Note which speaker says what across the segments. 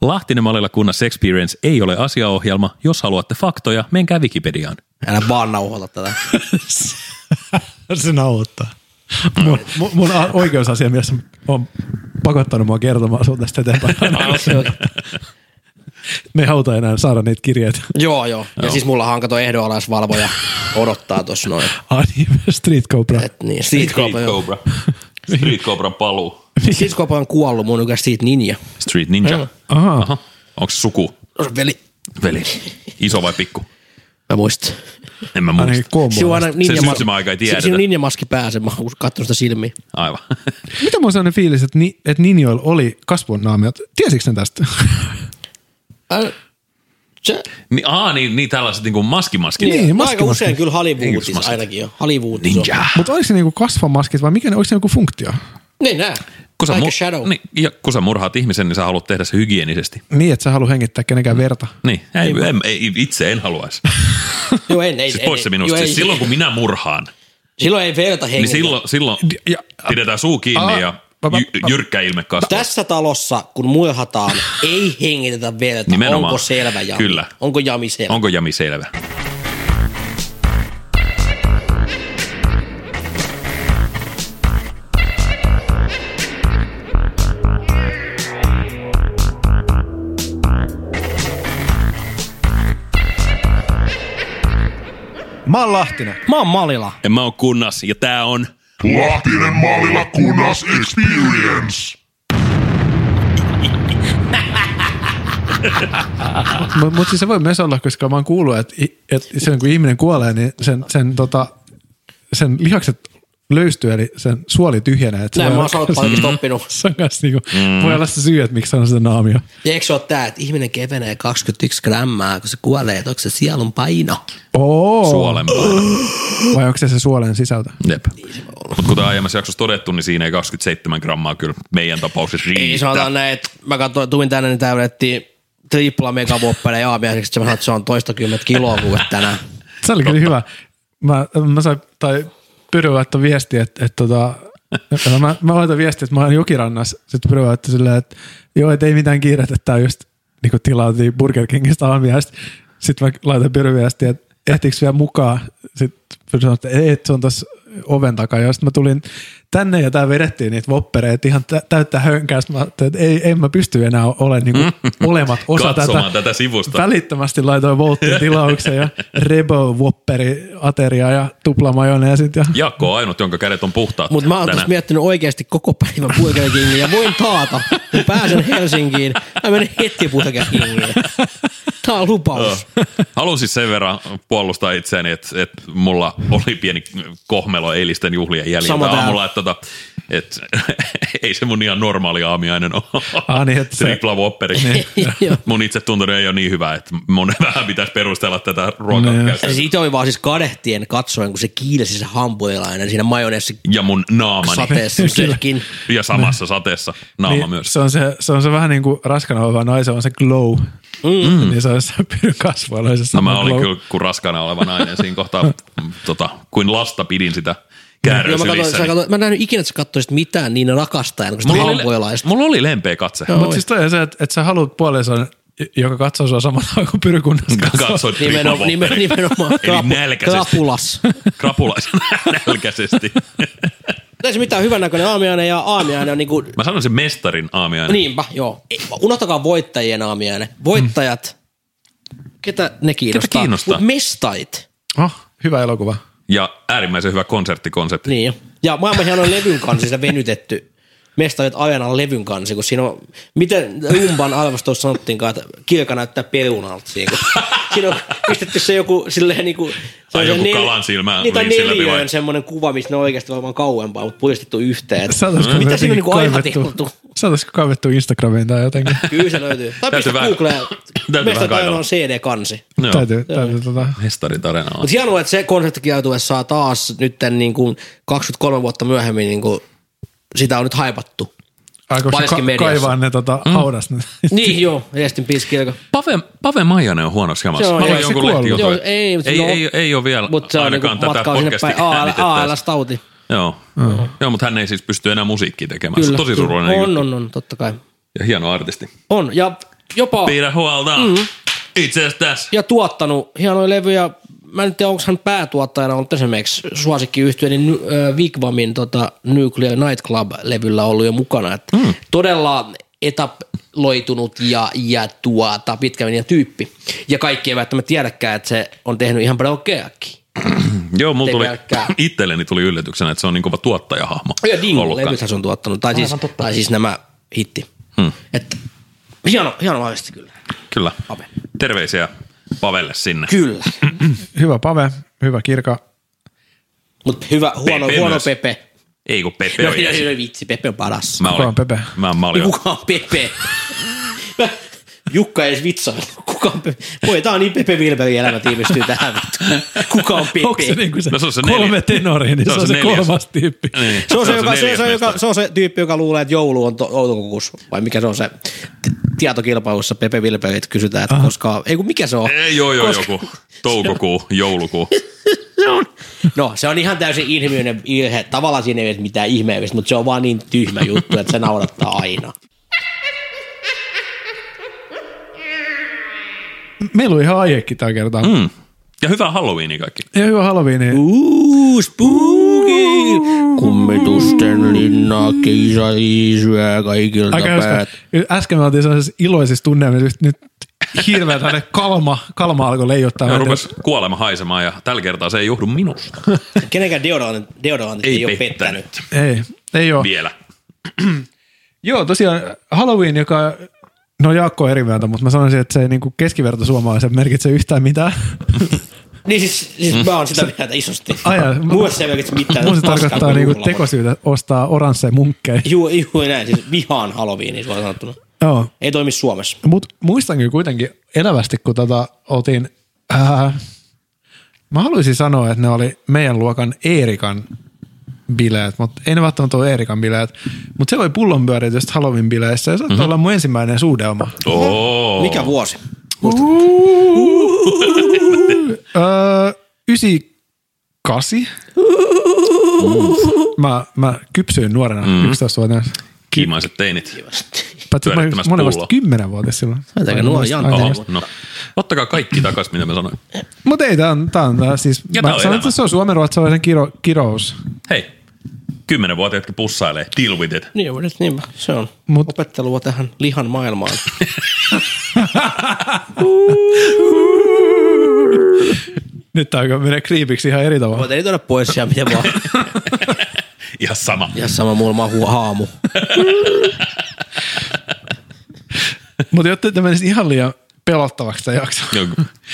Speaker 1: Lahtinen Malilla kunnassa Experience ei ole asiaohjelma. Jos haluatte faktoja, menkää Wikipediaan.
Speaker 2: Älä vaan nauhoita tätä.
Speaker 3: se nauhoittaa. Mun, mun, mun a- oikeusasiamies on pakottanut mua kertomaan sun tästä eteenpäin.
Speaker 1: Ah,
Speaker 3: Me ei haluta enää saada niitä kirjeitä.
Speaker 2: joo, joo. Ja siis mulla on kato ehdonalaisvalvoja odottaa tuossa noin.
Speaker 3: Anime Street Cobra.
Speaker 2: Et niin, Street Cobra.
Speaker 4: Street
Speaker 2: joo.
Speaker 4: Cobra. Street Cobra paluu.
Speaker 2: Street Cobra on kuollut, mun ykäs siitä ninja.
Speaker 1: Street Ninja.
Speaker 3: Aha.
Speaker 1: Onko suku,
Speaker 2: No se Veli,
Speaker 1: veli, iso vai pikku?
Speaker 2: mä muistan.
Speaker 1: En mä
Speaker 3: Ainakin
Speaker 1: muista.
Speaker 2: Se on
Speaker 3: kombo.
Speaker 2: aina ninja
Speaker 1: syntymäaika ei tiedetä.
Speaker 2: Siinä on ninja maski päässä, mä oon kattonut sitä silmiin.
Speaker 1: Aivan.
Speaker 3: Mitä mulla on sellainen fiilis, että, ni, että Ninjoilla oli kasvunaamiot? Tiesikö ne tästä?
Speaker 2: Äh, se,
Speaker 1: Ni, aa, niin, niin tällaiset niin kuin maskimaskit.
Speaker 3: Niin.
Speaker 2: aika
Speaker 3: maski, maski.
Speaker 2: usein
Speaker 1: Ei,
Speaker 2: kyllä Hollywoodissa
Speaker 1: Niin, maski.
Speaker 2: ainakin jo. Hollywood.
Speaker 1: Ninja.
Speaker 3: Mutta oliko se niinku kasvamaskit vai mikä ne, oliko se joku funktio?
Speaker 2: Niin nää.
Speaker 1: Kun sä,
Speaker 2: Like a
Speaker 1: mu-
Speaker 2: shadow.
Speaker 1: Niin, ja kun sä murhaat ihmisen, niin sä haluat tehdä se hygienisesti.
Speaker 3: Niin, että sä halua hengittää kenenkään verta.
Speaker 1: Niin, ei, en, ei, itse en haluaisi.
Speaker 2: Joo, en, ei,
Speaker 1: Siis
Speaker 2: en,
Speaker 1: pois se minusta.
Speaker 2: joo,
Speaker 1: Siis
Speaker 2: ei.
Speaker 1: silloin kun minä murhaan,
Speaker 2: silloin ei verta
Speaker 1: niin
Speaker 2: hengitä.
Speaker 1: silloin, silloin
Speaker 3: Ja,
Speaker 1: pidetään suu kiinni
Speaker 3: Aa,
Speaker 1: ja
Speaker 3: pa- pa-
Speaker 1: jy- jyrkkä ilme kasvaa.
Speaker 2: Tässä talossa, kun murhataan, ei hengitetä verta.
Speaker 1: Nimenomaan.
Speaker 2: Onko selvä jami?
Speaker 1: Kyllä.
Speaker 2: Onko jami selvä?
Speaker 1: Onko jami selvä?
Speaker 3: Mä oon Lahtinen.
Speaker 2: Mä oon Malila.
Speaker 1: En mä oo kunnas ja tää on...
Speaker 5: Lahtinen maalilla kunnas experience.
Speaker 3: Mutta mut siis se voi myös olla, koska mä oon kuullut, että et sen kun ihminen kuolee, niin sen, sen, tota, sen lihakset löystyy, eli sen suoli tyhjenee. Et se
Speaker 2: Näin
Speaker 3: voi
Speaker 2: mä
Speaker 3: olla
Speaker 2: oon sanonut
Speaker 3: kans-
Speaker 2: palkista
Speaker 1: Mm.
Speaker 2: oppinut.
Speaker 3: Se on kans niinku, mm. voi olla se syy, että miksi se on sitä naamio.
Speaker 2: Ja eikö se ole tää, että ihminen kevenee 21 grammaa, kun se kuolee, että onko se sielun paino?
Speaker 3: Oo.
Speaker 1: Suolen
Speaker 2: Oh.
Speaker 1: paino.
Speaker 3: Vai onko se se suolen sisältö?
Speaker 1: Jep.
Speaker 2: Niin
Speaker 1: Mutta kuten aiemmassa jaksossa todettu, niin siinä ei 27 grammaa kyllä meidän tapauksessa riitä.
Speaker 2: Ei Niin sanotaan näin, että mä katsoin, tulin tänne, niin tää vedettiin tripla megavuoppeleen aamiaiseksi, että mä sanoin, että se on toistakymmentä kiloa kuin tänään.
Speaker 3: Se oli kyllä hyvä. Mä, mä sain, tai Pyry laittoi viesti, että, että tota, no mä, mä laitan viesti, että mä oon jokirannassa. Sitten Pyry laittoi silleen, että joo, et ei mitään kiirettä, että tää on just niin tilautiin Burger Kingistä aamiaista. Sitten mä laitan Pyry viestiä, että ehtiikö vielä mukaan? Sitten Pyry sanoi, että ei, että se on tossa oven takana. Ja sitten mä tulin tänne ja tää vedettiin niitä voppereita ihan tä- täyttää hönkää. Sitten mä ajattelin, että ei, en mä pysty enää olemaan niin olemat osa
Speaker 1: Mm. Katsomaan
Speaker 3: tätä
Speaker 1: tätä sivusta.
Speaker 3: välittömästi laitoin Voltin tilauksen ja Rebo Whopperi ateria ja tuplamajoneesit. Ja...
Speaker 1: Jaakko on ainut, jonka kädet on puhtaat
Speaker 2: Mutta mä oon
Speaker 1: tänään.
Speaker 2: tässä miettinyt oikeasti koko päivän Burger Kingiä ja voin taata, kun pääsen Helsinkiin, mä menen heti Burger Kingiin. Tää on lupaus.
Speaker 1: Haluan siis sen verran puolustaa itseäni, että, että mulla oli pieni kohmelo eilisten juhlien
Speaker 2: Sama
Speaker 1: jäljiltä
Speaker 2: täällä.
Speaker 1: aamulla, että, tota, että ei se mun ihan normaali aamiainen ole.
Speaker 3: Ah, niin, että se-
Speaker 1: Tripla whopperi.
Speaker 2: Niin. Joo.
Speaker 1: mun itse tuntoni ei ole niin hyvä, että mun vähän pitäisi perustella tätä ruokaa.
Speaker 2: Ja siis itse oli vaan siis kadehtien katsoen, kun se kiilesi se hampurilainen siinä majoneessi
Speaker 1: Ja mun naamani.
Speaker 2: sateessa sekin.
Speaker 1: Ja samassa sateessa naama
Speaker 3: Niin,
Speaker 1: myös.
Speaker 3: se, on se, se, on se vähän niin kuin raskana oleva naisen on se glow. Mm. Niin se on se pyryn kasvoilla. ja Se
Speaker 1: No,
Speaker 3: sama
Speaker 1: mä olin
Speaker 3: glow.
Speaker 1: kyllä kuin raskana oleva nainen siinä kohtaa, mm, tota, kuin lasta pidin sitä
Speaker 2: Joo, mä, katsoin, sä
Speaker 1: käärösylissäni.
Speaker 2: katsoin, mä en nähnyt ikinä, että sä katsoisit mitään niin rakastajana kuin sitä
Speaker 1: Mulla oli,
Speaker 2: hampurilaista.
Speaker 1: mulla oli lempeä katse.
Speaker 3: Mutta siis toi on se, että, että sä haluat puolison, joka katsoo sua samalla tavalla kuin pyrykunnassa katsoo.
Speaker 1: Katsoit
Speaker 2: Nimeno,
Speaker 1: Tripla
Speaker 2: nimen,
Speaker 1: Whopperin.
Speaker 2: nimenomaan
Speaker 1: Eli siis.
Speaker 2: krapu,
Speaker 1: nälkäisesti.
Speaker 2: krapulas.
Speaker 1: Krapulaisen nälkäisesti.
Speaker 2: Ei se mitään hyvännäköinen aamiainen ja aamiainen on niinku,
Speaker 1: Mä sanoin sen mestarin aamiainen.
Speaker 2: niinpä, joo. Ei, Unohtakaa voittajien aamiainen. Voittajat, ketä ne kiinnostaa?
Speaker 1: kiinnostaa?
Speaker 2: Mut mestarit.
Speaker 3: Oh, hyvä elokuva.
Speaker 1: Ja äärimmäisen hyvä konserttikonsepti.
Speaker 2: Niin jo. Ja maailman hienoin levyn kansi, sitä venytetty. Mestarit Ajanan levyn kansi, kun siinä on, miten Rumban arvostossa sanottiinkaan, että kilka näyttää perunalta siinä, kun siinä on pistetty se joku silleen niin kuin,
Speaker 1: Tai joku kalan silmä
Speaker 2: niin, tai
Speaker 1: viisilläpi vai?
Speaker 2: neliöön semmoinen kuva, missä ne on oikeasti varmaan kauempaa, mutta puristettu yhteen. että
Speaker 1: Mm.
Speaker 3: Saataisiko
Speaker 2: Mitä siinä on
Speaker 3: jotenkin
Speaker 2: niinku
Speaker 3: kaivettua-
Speaker 2: aiheutettu?
Speaker 3: Saataisiko kaivettua niinku Instagramiin tai jotenkin?
Speaker 2: Kyllä se löytyy. Tai
Speaker 1: Täytyy
Speaker 2: pistä
Speaker 1: vähän-
Speaker 2: Googleen
Speaker 1: vähän
Speaker 2: Mestarit
Speaker 1: kaivella.
Speaker 2: Ajanan CD-kansi.
Speaker 1: No Joo.
Speaker 3: täytyy, täytyy tota,
Speaker 1: Mestarin tarina on.
Speaker 2: Mutta hienoa, että se konserttikiertue saa taas nyt niin kuin 23 vuotta myöhemmin niin kuin, sitä on nyt haipattu.
Speaker 3: aikooko se
Speaker 2: Paljaskin
Speaker 3: ka-
Speaker 2: mediassa.
Speaker 3: kaivaa ne tota,
Speaker 1: Mm.
Speaker 3: haudasta.
Speaker 2: Niin, joo, Restin Peace Kirko.
Speaker 1: Pave, Pave Maijanen on huonossa jamassa. Mä
Speaker 2: Joo, joo,
Speaker 1: luin
Speaker 2: se
Speaker 1: jonkun
Speaker 3: kuollut.
Speaker 1: lehtijutun,
Speaker 2: Joo,
Speaker 1: että
Speaker 2: ei,
Speaker 1: ei,
Speaker 2: joo.
Speaker 1: ei, ei ole vielä
Speaker 2: Mutta se on niinku
Speaker 1: ainakaan tätä
Speaker 2: matkaa sinne
Speaker 1: podcastia
Speaker 2: päin. AL,
Speaker 1: äänitettä.
Speaker 2: ALS-tauti.
Speaker 1: Joo, joo mutta hän ei siis pysty enää musiikkia tekemään. Se on tosi
Speaker 2: kyllä.
Speaker 1: surullinen
Speaker 2: On,
Speaker 1: juttu.
Speaker 2: on, on, totta kai.
Speaker 1: Ja hieno artisti.
Speaker 2: On, ja jopa
Speaker 1: Pidä huolta. Mm-hmm. Itsestäs.
Speaker 2: ja tuottanut hienoja levyjä. Mä en tiedä, onko hän päätuottajana ollut esimerkiksi suosikkiyhtiö, niin Ny- ö, Wigwamin tota, Nuclear Nightclub-levyllä ollut jo mukana. Et mm. Todella etaploitunut ja, ja tuota, pitkä linjan tyyppi. Ja kaikki ei välttämättä tiedäkään, että se on tehnyt ihan paljon keäkin.
Speaker 1: Joo, mulla
Speaker 2: Te
Speaker 1: tuli,
Speaker 2: pelkkää.
Speaker 1: itselleni tuli yllätyksenä, että se on niin kova tuottajahahmo.
Speaker 2: Ja Dingo,
Speaker 1: ollut
Speaker 2: levythän
Speaker 1: kanssa.
Speaker 2: se on tuottanut. Tai siis, tai siis nämä hitti. Hmm. Et, hieno, hieno vahvisti kyllä.
Speaker 1: Kyllä.
Speaker 2: Ape.
Speaker 1: Terveisiä Pavelle sinne.
Speaker 2: Kyllä.
Speaker 3: Hyvä Pave, hyvä Kirka.
Speaker 2: Mutta hyvä, huono,
Speaker 1: Pepe
Speaker 2: Pepe huono
Speaker 1: myös.
Speaker 2: Pepe.
Speaker 1: Ei kun Pepe
Speaker 2: No,
Speaker 1: on jäsen.
Speaker 2: vitsi, Pepe on paras.
Speaker 1: Mä
Speaker 3: Kuka
Speaker 1: olin,
Speaker 3: on Pepe?
Speaker 1: Mä, mä olin,
Speaker 2: Niin kuka on Pepe? Mä- Jukka ei edes vitsaa. Kuka on Pepe? Voi, tää on niin Pepe Wilberin elämä tiivistyy tähän. vittu. Kuka on Pepe?
Speaker 3: Onko se niin kuin se,
Speaker 1: No se on se
Speaker 3: kolme
Speaker 1: neljä-
Speaker 3: tenori, niin se on se,
Speaker 1: neljäs.
Speaker 3: kolmas tyyppi.
Speaker 1: Niin,
Speaker 2: Se on se, joka, se,
Speaker 1: neljäs
Speaker 2: se, on
Speaker 1: mestari.
Speaker 2: joka, se on se tyyppi, joka luulee, että joulu on to- outokukus. Vai mikä se on se t- tietokilpailussa Pepe Vilperit kysytään, että koska... Ei kun mikä se on?
Speaker 1: Ei, joo, joo, joku. Toukokuu, joulukuu.
Speaker 2: No, se on ihan täysin ilmiöinen virhe. Tavallaan siinä ei ole mitään ihmeellistä, mutta se on vaan niin tyhmä juttu, että se naurattaa aina.
Speaker 3: Meillä on ihan aihekin tällä kertaa. Mm.
Speaker 1: Ja hyvää Halloweenia kaikki.
Speaker 3: Ja hyvä niin Halloweeni.
Speaker 2: Uuu, spooky! Kummitusten linna, kiisa syö kaikilta
Speaker 3: Aika hauska.
Speaker 2: päät.
Speaker 3: Äsken me oltiin sellaisessa iloisissa tunnelmissa, nyt hirveä tänne kalma, kalma alkoi leijottaa.
Speaker 1: Ja
Speaker 3: Mä en
Speaker 1: rupes kuolema haisemaan ja tällä kertaa se ei johdu minusta.
Speaker 2: Kenenkään deodorantti, deodorantti ei,
Speaker 1: Ei
Speaker 2: ei ole
Speaker 1: pettänyt.
Speaker 2: pettänyt.
Speaker 3: tiedä. Ei, ei ole.
Speaker 1: Vielä.
Speaker 3: Joo, tosiaan Halloween, joka, no Jaakko on eri mieltä, mutta mä sanoisin, että se ei niinku keskiverto suomalaisen merkitse yhtään mitään.
Speaker 2: Niin siis, siis mä oon sitä mieltä isosti.
Speaker 3: Ai jaa.
Speaker 2: Mulle se ei merkitse mitään.
Speaker 3: Mun se
Speaker 2: paskaa
Speaker 3: tarkoittaa
Speaker 2: kuin
Speaker 3: niinku
Speaker 2: juhla,
Speaker 3: tekosyytä ostaa oransseja munkkeja.
Speaker 2: mutta- Juu, juu, näin. Siis vihaan Halloweenia suoraan sanottuna.
Speaker 3: Joo.
Speaker 2: Ei toimi Suomessa.
Speaker 3: Mut muistan kyllä kuitenkin elävästi, kun tota otin, ää, mä haluaisin sanoa, että ne oli meidän luokan Eerikan bileet, mutta ei ne välttämättä ole Eerikan bileet, mutta se oli pullonpyöritystä Halloween bileissä ja se
Speaker 1: Mhm.
Speaker 3: mm-hmm. olla mun ensimmäinen suudelma.
Speaker 1: Oo.
Speaker 2: Mikä vuosi?
Speaker 3: Öö, 98. Mä, mä kypsyin nuorena mm. 11-vuotiaana.
Speaker 1: Kiimaiset teinit.
Speaker 3: Paitsi mä,
Speaker 1: Pyörittämässä
Speaker 3: mä olin vasta
Speaker 1: pulloa.
Speaker 3: 10-vuotias silloin.
Speaker 2: Aika nuori Jantta.
Speaker 1: Oho, no. Ottakaa kaikki takas, mitä mä sanoin.
Speaker 3: Mutta ei, tää on, tää on tää siis,
Speaker 1: Ja
Speaker 3: mä
Speaker 1: tää on
Speaker 3: sanon,
Speaker 1: elämä.
Speaker 3: että se on suomenruotsalaisen kiro, kirous.
Speaker 1: Hei, kymmenenvuotiaatkin pussailee. Deal with it.
Speaker 2: Niin, nyt niin, se on
Speaker 3: Mut-
Speaker 2: Mut. opettelua tähän lihan maailmaan.
Speaker 3: Nyt tää alkaa mennä kriipiksi ihan eri tavalla.
Speaker 2: Voit ei tuoda pois siellä, miten vaan.
Speaker 1: Ihan sama.
Speaker 2: Ja sama mulla mä oon hu- haamu.
Speaker 3: Mutta jotta tämä menisi ihan liian pelottavaksi tämä jakso,
Speaker 1: Joo,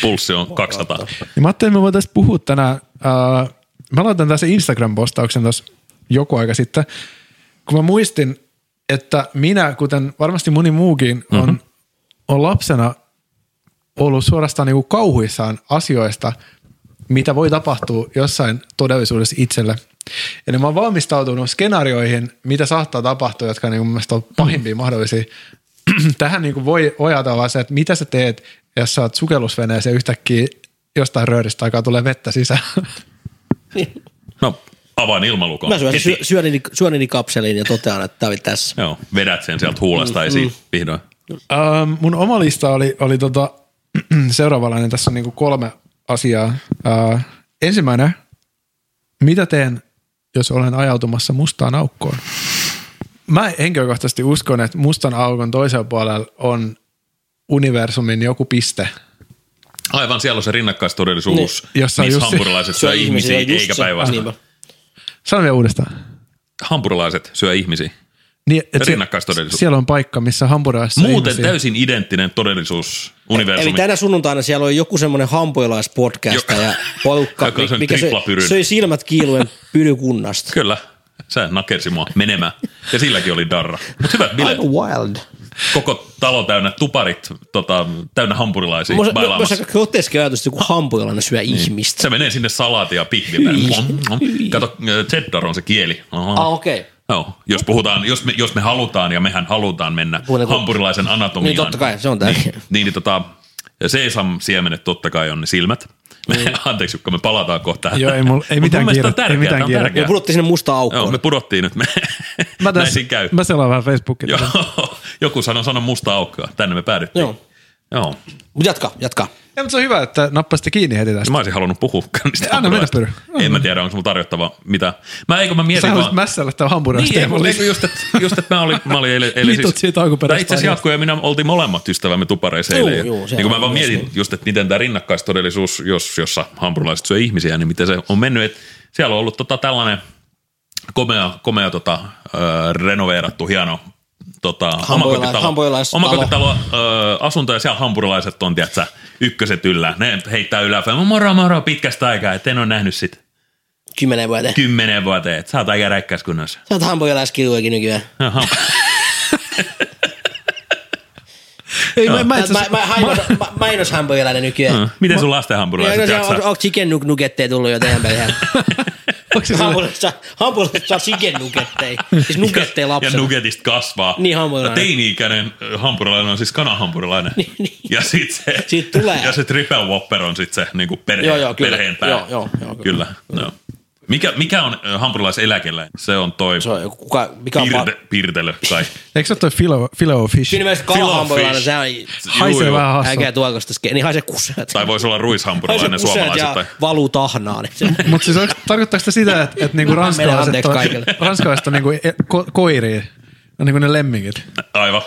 Speaker 1: Pulssi on 200.
Speaker 3: niin mä ajattelin, että me voitaisiin puhua tänään. Ää, mä laitan tässä Instagram-postauksen tuossa joku aika sitten, kun mä muistin, että minä, kuten varmasti moni muukin, on, mm-hmm. on lapsena ollut suorastaan niinku kauhuissaan asioista, mitä voi tapahtua jossain todellisuudessa itselle. Eli mä oon valmistautunut skenaarioihin, mitä saattaa tapahtua, jotka niinku mun mielestä on pahimpia mahdollisia. Tähän niinku voi ojata vaan se, että mitä sä teet, jos sä oot sukellusveneessä ja yhtäkkiä jostain rööristä alkaa tulee vettä sisään.
Speaker 1: No, avaan ilmalukon.
Speaker 2: Mä syön
Speaker 1: Heti.
Speaker 2: sy- syönini, syönini kapselin ja totean, että tää oli tässä.
Speaker 1: Joo, vedät sen sieltä huulesta esiin vihdoin.
Speaker 3: Ähm, mun oma lista oli, oli tota, seuraavallainen. Tässä on niinku kolme asiaa. Äh, ensimmäinen, mitä teen, jos olen ajautumassa mustaan aukkoon? Mä henkilökohtaisesti uskon, että mustan aukon toisella puolella on universumin joku piste.
Speaker 1: Aivan siellä on se rinnakkaistodellisuus,
Speaker 3: Niin.
Speaker 1: missä
Speaker 3: Jossa on just se-
Speaker 1: hampurilaiset syö ihmisiä,
Speaker 2: just
Speaker 1: eikä
Speaker 2: se-
Speaker 1: päinvastoin.
Speaker 2: Niinpä.
Speaker 3: Sano vielä uudestaan.
Speaker 1: Hampurilaiset syö ihmisiä.
Speaker 3: Niin, et se-
Speaker 1: Rinnakkaistodellisuus.
Speaker 3: Siellä on paikka, missä hampurilaisissa on
Speaker 1: Muuten
Speaker 3: ihmisiä.
Speaker 1: täysin identtinen todellisuus
Speaker 2: Eli
Speaker 1: universumi.
Speaker 2: tänä sunnuntaina siellä oli joku semmoinen hampurilaispodcast ja porukka,
Speaker 1: Joka on sen
Speaker 2: mikä se,
Speaker 1: triplapyryn.
Speaker 2: söi silmät kiiluen pyrykunnasta.
Speaker 1: Kyllä, se nakersi mua menemään. Ja silläkin oli darra. Mutta hyvät bileet.
Speaker 2: Aika wild.
Speaker 1: Niin, Koko talo täynnä tuparit, tota, täynnä hampurilaisia
Speaker 3: no,
Speaker 2: Mulla on- mulla on
Speaker 1: bailaamassa.
Speaker 2: aika groteski ajatus, että joku hampurilainen syö ihmistä.
Speaker 1: Niin. Se menee sinne salaatia pihvi
Speaker 3: Niin.
Speaker 1: päälle. Mm, mm. Kato, ö, cheddar on se kieli. Aha.
Speaker 2: Ah, okei. Okay.
Speaker 1: Joo, jos, puhutaan, jos, me, jos me halutaan ja mehän halutaan mennä
Speaker 2: Puhutaan kuin-
Speaker 1: hampurilaisen anatomiaan.
Speaker 2: Niin totta kai, se on tärkeä.
Speaker 1: Niin, niin tota, sesam-siemenet totta kai on ne silmät.
Speaker 2: Niin.
Speaker 1: Anteeksi Jukka, me palataan kohta tähän.
Speaker 3: Joo, ei mul-
Speaker 1: Mut
Speaker 3: ei mitään
Speaker 1: mun mielestä
Speaker 3: kiirettä, ei
Speaker 1: tää on
Speaker 3: mitään
Speaker 1: tää on
Speaker 3: kiirettä.
Speaker 2: Me pudotti sinne musta aukkoon.
Speaker 1: Joo, me pudottiin nyt. Me,
Speaker 3: Mä,
Speaker 1: näin siinä käy.
Speaker 3: mä selaan vähän Facebookia.
Speaker 1: Joo, Joku sanoi sanon musta aukkoa. Tänne me päädyttiin.
Speaker 2: Joo.
Speaker 1: Joo.
Speaker 2: Mut jatka, jatka.
Speaker 3: Ja, mutta se on hyvä, että nappasitte kiinni heti tästä.
Speaker 1: Mä olisin halunnut puhua niistä
Speaker 3: Anna mennä, Pyry.
Speaker 1: En mä tiedä, onko mulla tarjottava mitä. Mä eikö mä mietin
Speaker 3: Sä haluaisit
Speaker 1: vaan-
Speaker 3: mässällä tämän hamburgerin
Speaker 1: Niin, ei,
Speaker 3: Teemun
Speaker 1: kun- ei, kun
Speaker 3: lisäksi.
Speaker 1: just, että just, et mä olin, mä olin eilen, eilen siis-
Speaker 3: Vitut siitä
Speaker 1: tai
Speaker 3: alkuperäistä
Speaker 1: itse asiassa
Speaker 3: tarinasta.
Speaker 1: Jaakko ja minä oltiin molemmat ystävämme tupareissa
Speaker 2: Juu,
Speaker 1: eilen.
Speaker 2: juu,
Speaker 1: ja,
Speaker 2: se
Speaker 1: niin kun mä
Speaker 2: on
Speaker 1: vaan
Speaker 2: myös
Speaker 1: mietin just, että miten tämä rinnakkaistodellisuus, jos, jossa hampurilaiset syö ihmisiä, niin miten se on mennyt, että siellä on ollut tota tällainen komea, komea tota, äh, renoveerattu, hieno tota,
Speaker 2: hampurilais-
Speaker 1: omakotitalo ö, asunto ja siellä hampurilaiset on, tiedätkö, ykköset yllä. Ne heittää yläpäin. Moro, moro, pitkästä aikaa, et en ole nähnyt sit
Speaker 2: Kymmenen vuoteen.
Speaker 1: kymmenen vuoteen. Et Sä oot aika räkkäskunnassa.
Speaker 2: Sä oot hampurilaiskiluakin nykyään.
Speaker 1: Aha.
Speaker 3: Ei, mä, mä,
Speaker 2: Mä,
Speaker 3: itse
Speaker 2: mä,
Speaker 3: asiassa-
Speaker 2: mä, hainos- mä, mä en ois hampurilainen nykyään.
Speaker 1: Miten sun lasten
Speaker 2: Ja no
Speaker 1: hampurilaiset
Speaker 2: se on,
Speaker 1: jaksaa?
Speaker 2: onko chicken nuk- nuggetteja tullut jo teidän perheen?
Speaker 3: Onko se sellainen-
Speaker 2: Hampurissa, hampurissa on chicken nuggetteja. Siis nuggetteja
Speaker 1: Ja
Speaker 2: lapsena.
Speaker 1: nuggetista kasvaa.
Speaker 2: Niin, hampurilainen.
Speaker 1: Ja Teini-ikäinen ö, hampurilainen on siis kanahampurilainen.
Speaker 2: Niin, niin.
Speaker 1: Ja sit se,
Speaker 2: Siitä tulee.
Speaker 1: Ja se triple whopper on sit se niinku perhe,
Speaker 2: Joo, joo, kyllä.
Speaker 1: perheen pää.
Speaker 2: Joo, joo, joo,
Speaker 1: kyllä.
Speaker 2: kyllä.
Speaker 1: joo. Mikä, mikä on ö, hampurilaiseläkeläinen? Se on toi
Speaker 2: Se on joku- kuka, mikä on
Speaker 1: pirte, pirtelö kai.
Speaker 3: Eikö se ole toi filo, filo fish?
Speaker 2: Siinä mielessä kalahampurilainen, se on
Speaker 1: Juu,
Speaker 3: Haisee
Speaker 1: juu.
Speaker 3: vähän hassu.
Speaker 2: äkeä tuokosta. ske- Niin haisee kuseet.
Speaker 1: Tai voisi olla ruishampurilainen
Speaker 2: Haisee kuseet ja
Speaker 1: suomalaisittain.
Speaker 2: valuu tahnaan.
Speaker 3: Mutta siis onko- tarkoittaako sitä sitä, että, että niinku ranskalaiset,
Speaker 2: anteeksi
Speaker 3: on,
Speaker 2: kaikille.
Speaker 3: ranskalaiset on niinku e- ko, koiria, on niinku ne lemmikit,
Speaker 1: Aivan.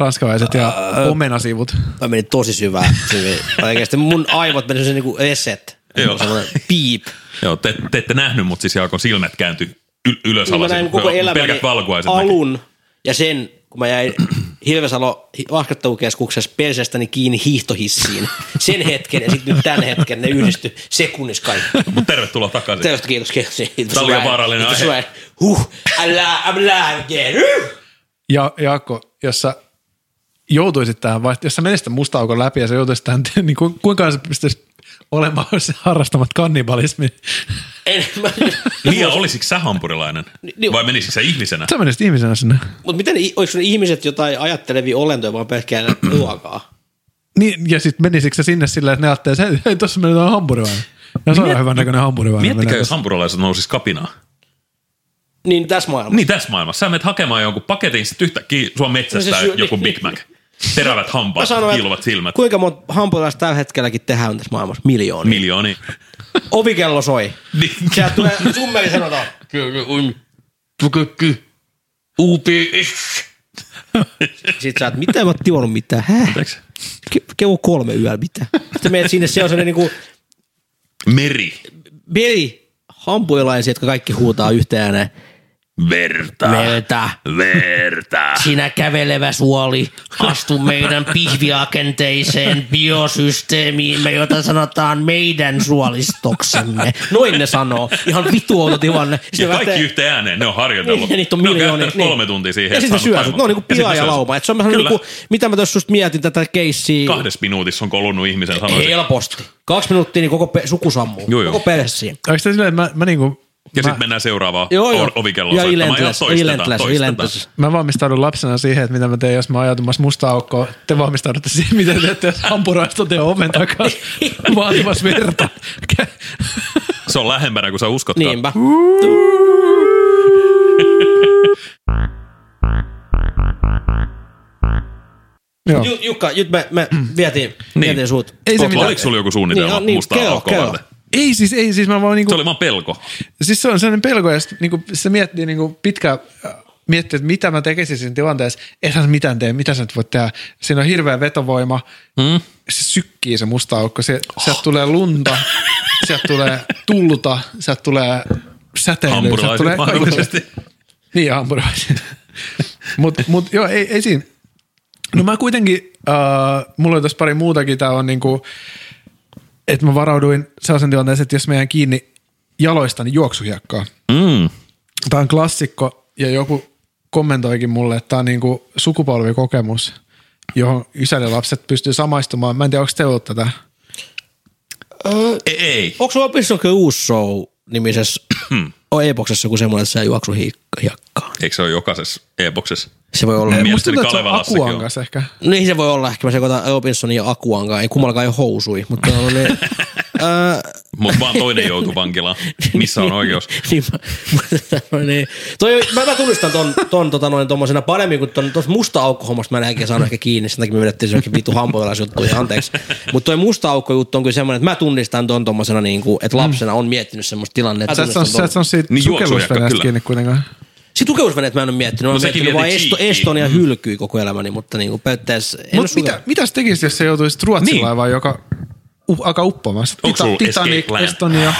Speaker 3: ranskalaiset ja omenasivut.
Speaker 2: Mä menin tosi syvään. syviin. Oikeasti mun aivot meni se niinku reset.
Speaker 1: Joo.
Speaker 2: Semmoinen piip.
Speaker 1: Joo, te, te ette nähnyt, mutta siis Jaakon silmät kääntyi yl- ylös
Speaker 2: Niin, Mä
Speaker 1: alas.
Speaker 2: näin koko elämäni
Speaker 1: Pelkät valkuaiset näkyy.
Speaker 2: alun ja sen, kun mä jäin Hilvesalo laskettelukeskuksessa persestäni kiinni hiihtohissiin. Sen hetken ja sitten nyt tämän hetken ne yhdisty sekunnissa kaikki.
Speaker 1: Mut tervetuloa takaisin.
Speaker 2: Tällaista kiitos, kiitos.
Speaker 1: Tää oli jo vaarallinen aihe.
Speaker 2: aihe. Huh, älä, älä, again.
Speaker 3: Ja Jaakko, jos sä joutuisit tähän, vai jos sä menisit tämän musta aukon läpi ja sä joutuisit tähän, niin ku, kuinka sä pystyisit olemaan jos sä harrastamat kannibalismin?
Speaker 2: En, mä,
Speaker 1: Niin ja olisitko sä hampurilainen?
Speaker 2: niin-
Speaker 1: Vai menisitkö sä ihmisenä?
Speaker 3: Sä menisit ihmisenä sinne.
Speaker 2: mutta miten, oliko ne ihmiset jotain ajattelevia olentoja vaan pelkkää ruokaa?
Speaker 3: Niin, ja sitten menisitkö sä sinne sillä, että ne ajattelee, että hei, hei tuossa menetään hampurilainen. Ja se on hyvän näköinen hampurilainen.
Speaker 1: Miettikää,
Speaker 3: Menee
Speaker 1: jos hampurilaiset nousis kapinaa.
Speaker 2: Niin tässä maailmassa.
Speaker 1: Niin tässä maailmassa. Sä menet hakemaan jonkun paketin, sit yhtäkkiä sua metsästää
Speaker 2: No se syö-
Speaker 1: joku
Speaker 2: niin,
Speaker 1: Big Mac. Terävät hampaat, kiiluvat silmät.
Speaker 2: kuinka monta hampurilaista tällä hetkelläkin tehdään tässä maailmassa? Miljoonia.
Speaker 1: Miljooni.
Speaker 2: Ovikello soi. Sieltä tulee summeri sanotaan. Sitten sä oot, mitä mä oot tivannut mitään? Häh?
Speaker 1: Anteeksi.
Speaker 2: Ke- Kello kolme yöllä mitä? Sitten menet sinne, se on sellainen niinku
Speaker 1: Meri.
Speaker 2: veri hampurilaisia, jotka kaikki huutaa yhteen ääneen.
Speaker 1: Verta.
Speaker 2: Meiltä,
Speaker 1: Verta.
Speaker 2: sinä kävelevä suoli, astu meidän pihviakenteiseen biosysteemiimme, jota sanotaan meidän suolistoksemme. Noin ne sanoo. Ihan vitu outo tilanne.
Speaker 1: Ja
Speaker 2: Sitten
Speaker 1: kaikki
Speaker 2: lähtee-
Speaker 1: yhteen ääneen, ne on harjoitellut.
Speaker 2: Niin, ja niitä on
Speaker 1: Ne on
Speaker 2: miljoonia.
Speaker 1: käyttänyt kolme tuntia siihen,
Speaker 2: Ja
Speaker 1: että
Speaker 2: sitten
Speaker 1: saanut
Speaker 2: syö sut.
Speaker 1: taimon.
Speaker 2: Ne on niinku
Speaker 1: Ja sit ne
Speaker 2: pila ja
Speaker 1: syö sut.
Speaker 2: lauma. Et se on vähän
Speaker 1: Kyllä.
Speaker 2: niinku, mitä mä tuossa just mietin tätä keissiä.
Speaker 1: Kahdessa minuutissa on kolunnut ihmisen sanoisin.
Speaker 2: Helposti. Kaksi minuuttia, niin koko pe- suku sammuu.
Speaker 1: Joo, joo.
Speaker 2: koko perhe siihen.
Speaker 3: Onko se silleen, että mä, mä, niinku,
Speaker 1: Ja
Speaker 3: mä,
Speaker 1: sitten mennään seuraavaan
Speaker 2: Joo, joo.
Speaker 1: o- ovikelloon
Speaker 2: Ja
Speaker 1: soittamaan. Ja
Speaker 2: Ilentless,
Speaker 1: toistetaan,
Speaker 2: Ilentless,
Speaker 1: toistetaan.
Speaker 2: Ilentless.
Speaker 3: mä valmistaudun lapsena siihen, että mitä mä teen, jos mä oon ajautumassa musta aukkoon. Te valmistaudutte siihen, mitä te teette, jos hampurilaista on teidän oven takaa vaatimassa verta.
Speaker 1: Se on lähempänä kuin sä uskotkaan.
Speaker 2: Niinpä.
Speaker 3: Joo.
Speaker 2: Ju- Jukka, nyt me, me
Speaker 1: Mm.
Speaker 2: vietiin,
Speaker 1: Niin.
Speaker 2: vietiin sut.
Speaker 3: Ei se
Speaker 1: Ootko-
Speaker 3: mitään.
Speaker 1: Oliko sulla joku suunnitelma
Speaker 2: Niin, niin,
Speaker 1: mustaa
Speaker 2: kerro,
Speaker 1: aukkoa
Speaker 2: kerro.
Speaker 1: varten?
Speaker 3: Ei siis, ei siis, mä vaan niinku,
Speaker 1: Se oli vaan pelko.
Speaker 3: siis se on sellainen pelko, ja sit niinku, se miettii niinku pitkä, miettii, että mitä mä tekisin siinä tilanteessa, eihän sä mitään tee, mitä sä nyt voit tehdä. Siinä on hirveä vetovoima, mm. se sykkii se musta aukko, se, oh. sieltä tulee lunta, sieltä tulee tulta, sieltä tulee säteilyä, sieltä
Speaker 1: Hampurilaiset
Speaker 3: tulee
Speaker 1: mahdollisesti.
Speaker 3: Niin, hampurilaisia. Mutta mut, joo, ei, ei siinä. No mä kuitenkin, äh, mulla on tässä pari muutakin, tää on niinku, että mä varauduin sellaisen tilanteeseen, että jos mä jään kiinni jaloista, niin juoksuhiekkaa.
Speaker 1: Mm.
Speaker 3: Tää on klassikko ja joku kommentoikin mulle, että tää on niinku sukupolvikokemus, johon isän ja lapset pystyy samaistumaan. Mä en tiedä, onko te ollut tätä.
Speaker 1: Ei, ei.
Speaker 2: Onko sulla opistonkin uusi show nimisessä
Speaker 1: Hmm.
Speaker 2: on Epoksessa joku semmoinen, että sä juoksu hiik- hiekkaan?
Speaker 1: Eikö se ole jokaisessa e-boksessa?
Speaker 2: Se voi olla.
Speaker 1: Ei,
Speaker 3: Musta
Speaker 1: Mielestäni
Speaker 3: tuntuu, että se on
Speaker 1: Kalevalassakin
Speaker 3: Akuan
Speaker 1: on.
Speaker 3: kanssa ehkä.
Speaker 2: Niin se voi olla, ehkä mä sekoitan Robinsonin ja Akuankaan, ei kummallakaan ei ole housui, mutta on niin, öö,
Speaker 1: mutta vaan toinen joutuu vankilaan, missä on oikeus.
Speaker 2: niin, mä, mutta tota niin. Toi, mä, mä tunnistan ton, ton tota noin tommosena paremmin kuin ton, tos musta aukkohommasta mä en ehkä saanut ehkä kiinni, sen takia me vedettiin se vitu hampoilaisjuttuja, anteeksi. Mutta toi musta aukko juttu on kyllä semmoinen, että mä tunnistan ton tommosena niinku, että lapsena on miettinyt semmoista tilannetta.
Speaker 3: Mm. Sä et
Speaker 2: tunnistan
Speaker 3: sano, sä
Speaker 2: ton.
Speaker 3: et sano siitä
Speaker 1: Niin
Speaker 3: niin
Speaker 1: juoksujakka,
Speaker 3: sukellusveneestä
Speaker 1: kyllä.
Speaker 3: kiinni kuitenkaan.
Speaker 2: Sit tukeusveneet mä en ole miettinyt, mä oon
Speaker 1: No sekin
Speaker 2: miettinyt vaan
Speaker 1: vietiin
Speaker 2: Esto,
Speaker 1: kiinni.
Speaker 2: Estonia hylkyy koko elämäni, mutta niinku periaatteessa en
Speaker 3: Mutta Mm. mitä, mitäs tekisit, jos se joutuisit Ruotsin
Speaker 1: Niin.
Speaker 3: laivaan, joka uh, alkaa uppoamaan? Sit
Speaker 1: Onks sulla
Speaker 3: Titanic,
Speaker 1: escape plan?
Speaker 3: Estonia.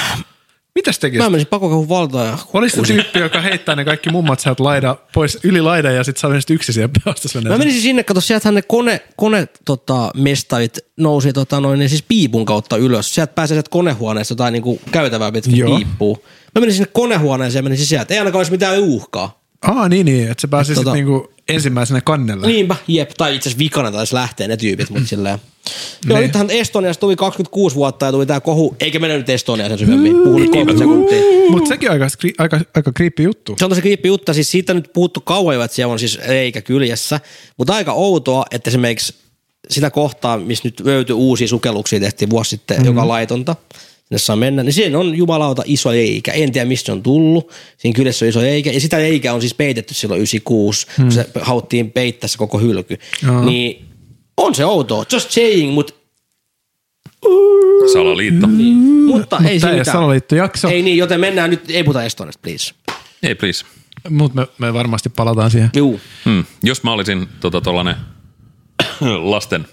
Speaker 3: Mitäs tekisit?
Speaker 2: Mä menisin pakokauhun valtaan ja
Speaker 3: Olis se tyyppi, joka heittää ne kaikki mummat sieltä laida, pois yli laidan ja sit sä menisit yksin siihen
Speaker 2: Mä
Speaker 3: pelastusveneeseen?
Speaker 2: menisin sinne, kato, sieltähän ne kone, kone tota, mestarit nousi tota, noin, niin siis piipun kautta ylös. Sieltä pääsee sieltä konehuoneesta jotain niin kuin käytävää pitkin
Speaker 3: Joo.
Speaker 2: piippuu. Mä menisin sinne konehuoneeseen ja menisin sieltä. Ei ainakaan olisi mitään uhkaa.
Speaker 3: Aa, niin, niin, että sä pääsisit
Speaker 2: Tota-
Speaker 3: tota... niinku ensimmäisenä kannelle. Niin.
Speaker 2: Niinpä, jep. Tai itse asiassa vikana taisi lähteä ne tyypit, mutta silleen. Joo, nythän Estoniasta tuli 26 vuotta ja tuli tää kohu. Eikä mene nyt Estoniaan sen syvemmin. Puhun nyt 30 sekuntia.
Speaker 3: Mutta sekin on aika, skri- aika, aika kriippi juttu.
Speaker 2: Se on tosi kriippi juttu, siis siitä nyt puhuttu kauan jo, että siellä on siis reikä kyljessä, mutta aika outoa, että esimerkiksi sitä kohtaa, missä nyt löytyi uusia sukelluksia, tehtiin vuosi sitten,
Speaker 3: Mhm.
Speaker 2: mm-hmm. joka on laitonta, sinne saa mennä, niin siinä on jumalauta iso reikä. En tiedä, mistä se on tullut. Siinä kylässä on iso reikä. Ja sitä reikää on siis peitetty silloin 96, mm. kun se hauttiin peittää se koko hylky.
Speaker 3: Hmm. Joo.
Speaker 2: Niin on se outoa. Just saying, mutta,
Speaker 1: Salaliitto.
Speaker 2: mutta ei
Speaker 3: Mm. tää
Speaker 2: se
Speaker 3: ei ole
Speaker 2: mitään.
Speaker 3: salaliittojakso.
Speaker 2: Ei niin, joten mennään nyt, ei puhuta Estonesta, please.
Speaker 1: Ei, please.
Speaker 3: Mutta me, me, varmasti palataan siihen.
Speaker 2: Juu.
Speaker 1: Hmm. Jos mä olisin tota, tollanen lasten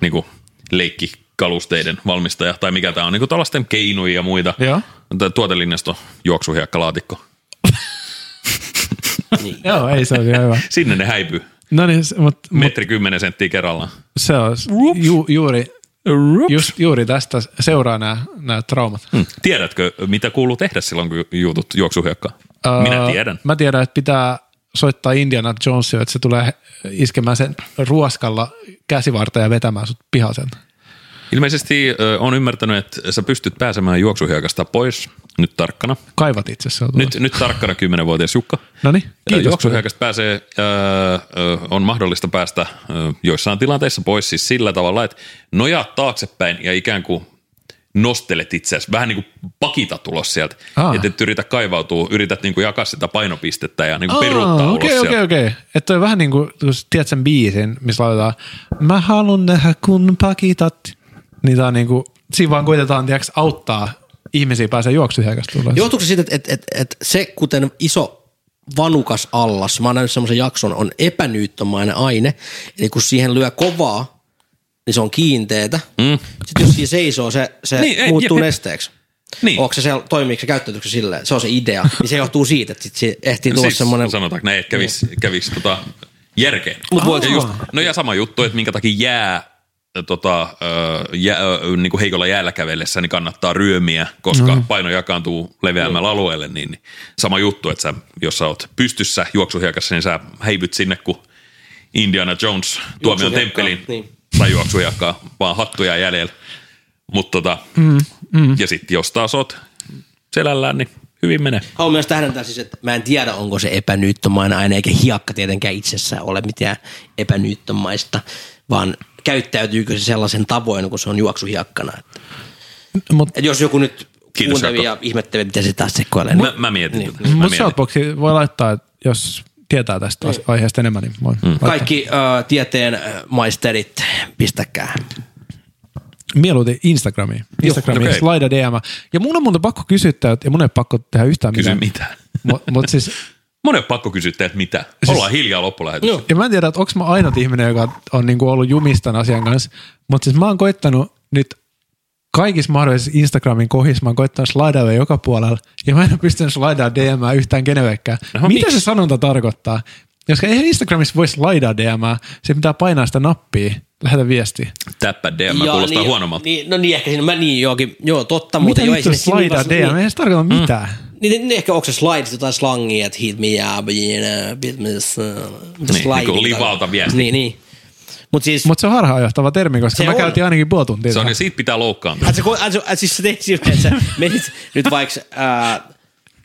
Speaker 1: niinku, leikkikalusteiden valmistaja, tai mikä tämä on, niinku tällaisten keinuja ja muita.
Speaker 3: Joo.
Speaker 1: Tää Tuotelinjasto, juoksuhiekkalaatikko.
Speaker 3: Joo, ei se on ihan hyvä.
Speaker 1: Sinne ne häipyy.
Speaker 3: No niin, mutta mut,
Speaker 1: Metri kymmenen senttiä kerrallaan.
Speaker 3: se on ju, juuri, just, juuri tästä seuraa nämä traumat.
Speaker 1: Hmm. Tiedätkö, mitä kuuluu tehdä silloin, kun juutut juoksuhiekkaan?
Speaker 3: Öö,
Speaker 1: Minä tiedän.
Speaker 3: Mä tiedän, että pitää soittaa Indiana Jonesia, että se tulee iskemään sen ruoskalla käsivarta ja vetämään sut pihasen.
Speaker 1: Ilmeisesti ö, on ymmärtänyt, että sä pystyt pääsemään juoksuhiekasta pois. Nyt tarkkana.
Speaker 3: Kaivat itse asiassa.
Speaker 1: Nyt, nyt tarkkana 10-vuotias Jukka.
Speaker 3: No niin,
Speaker 1: Kiitos.
Speaker 3: kiitos.
Speaker 1: Juoksuhyökkäistä pääsee, öö, öö, on mahdollista päästä öö, joissain tilanteissa pois siis sillä tavalla, että nojaat taaksepäin ja ikään kuin nostelet itseäsi, vähän niin kuin pakitat ulos sieltä,
Speaker 3: Aa.
Speaker 1: että et yritä kaivautua, yrität niin kuin jakaa sitä painopistettä ja niin kuin peruuttaa ulos
Speaker 3: Ah, Okei,
Speaker 1: sieltä.
Speaker 3: okei, okei. Että toi on vähän niin kuin, kun sä tiedät sen biisin, missä laitetaan, mä haluan nähdä kun pakitat. Niin tää on niin kuin, siinä vaan koitetaan, tiedäks, auttaa ihmisiä pääsee juoksuhyökkästä ulos.
Speaker 2: Johtuuko se siitä, että, että, että, että se kuten iso vanukas allas, mä oon nähnyt semmoisen jakson, on epänyyttömainen aine, eli kun siihen lyö kovaa, niin se on kiinteetä. Mm. Sitten jos siinä seisoo, se, se
Speaker 1: Niin,
Speaker 2: niin,
Speaker 1: ei,
Speaker 2: muuttuu
Speaker 1: jep, jep.
Speaker 2: nesteeksi.
Speaker 1: Niin.
Speaker 2: Onko se siellä, toimiiko se käyttäytyykö se silleen? Se on se idea. Niin se johtuu siitä, että sit se ehtii tulla siis,
Speaker 1: Siis
Speaker 2: semmoinen...
Speaker 1: sanotaanko näin, että kävisi, kävisi tota järkeen.
Speaker 2: Mut voiko-
Speaker 1: ja just, no ja sama juttu, että minkä takia jää, tota, ö, jä, ö, niin kuin heikolla jäällä kävellessä, niin kannattaa ryömiä, koska mm. paino jakaantuu leveämmällä alueelle, niin niin sama juttu, että sä, jos sä oot pystyssä juoksuhiekassa, niin sä heivyt sinne kuin Indiana Jones tuomion
Speaker 2: Juoksuhiekkaan,
Speaker 1: temppelin
Speaker 2: niin.
Speaker 1: tai juoksuhiekkaa, vaan hattuja jäljellä. Mut tota, mm, mm. Ja sitten jos taas oot selällään, niin hyvin menee.
Speaker 2: Haluan myös tähdentää siis, että mä en tiedä, onko se epänyyttömainen aine, eikä hiakka tietenkään itsessään ole mitään epänyyttömaista, vaan käyttäytyykö se sellaisen tavoin, kun se on juoksuhiakkana. Että
Speaker 3: Mut,
Speaker 2: Et jos joku nyt
Speaker 1: Kiitos,
Speaker 2: kuuntelee ja
Speaker 1: Jaakko.
Speaker 2: ihmettelee, miten se taas sekoilee.
Speaker 1: Mä,
Speaker 2: Niin
Speaker 1: mä mietin. tota, Mä
Speaker 3: mut
Speaker 1: mietin.
Speaker 3: shoutboxi voi laittaa, että jos tietää tästä as- aiheesta enemmän, niin voi mm.
Speaker 2: kaikki ö, tieteen ö, maisterit, pistäkää.
Speaker 3: Mieluiten Instagramiin. Instagramiin,
Speaker 1: okei.
Speaker 3: okay. laida DM. Ja mun on muuten pakko kysyä, että, ja mun ei ole pakko tehdä yhtään
Speaker 1: Kysy
Speaker 3: mitään.
Speaker 1: mitä.
Speaker 3: Mutta mut siis,
Speaker 1: Mun ei ole pakko kysyä teiltä mitä.
Speaker 2: Siis-
Speaker 1: Ollaan hiljaa loppulähetyksessä.
Speaker 3: ja mä en tiedä, että onko mä ainut ihminen, joka on niinku ollut jumistan asian kanssa, mutta siis mä oon koittanut nyt kaikissa mahdollisissa Instagramin kohdissa, mä oon koittanut slidea joka puolella, ja mä en ole pystynyt slidea DM yhtään kenellekään.
Speaker 1: No,
Speaker 3: No, Mitä
Speaker 1: miksi?
Speaker 3: se sanonta tarkoittaa? Koska eihän Instagramissa voi slidea DM, se pitää painaa sitä nappia, lähetä viestiä.
Speaker 1: Täppä DM kuulostaa
Speaker 2: niin,
Speaker 1: huonommalta.
Speaker 2: Niin, no niin, ehkä siinä, mä niin jookin, joo totta, mutta
Speaker 3: Mitä
Speaker 2: joo, ei
Speaker 3: nyt
Speaker 2: sinne
Speaker 3: on slidea
Speaker 2: sinne-
Speaker 3: DM? Eihän se tarkoita mitään.
Speaker 2: Niin, niin, ehkä onko se slide jotain slangia, että hit me up, you know, bit me, uh,
Speaker 1: Niin, niin kuin livauta viesti.
Speaker 2: Niin, niin. Mutta siis,
Speaker 3: Mutta se on harhaanjohtava termi, koska
Speaker 2: Se
Speaker 3: se mä
Speaker 2: on.
Speaker 3: on. käytin ainakin puoli tuntia.
Speaker 1: Se on, ja
Speaker 3: tähän.
Speaker 1: siitä pitää loukkaantua.
Speaker 2: Ät sä, ko- ät sä, ät siis sä teit silleen, että sä menit nyt vaikka äh,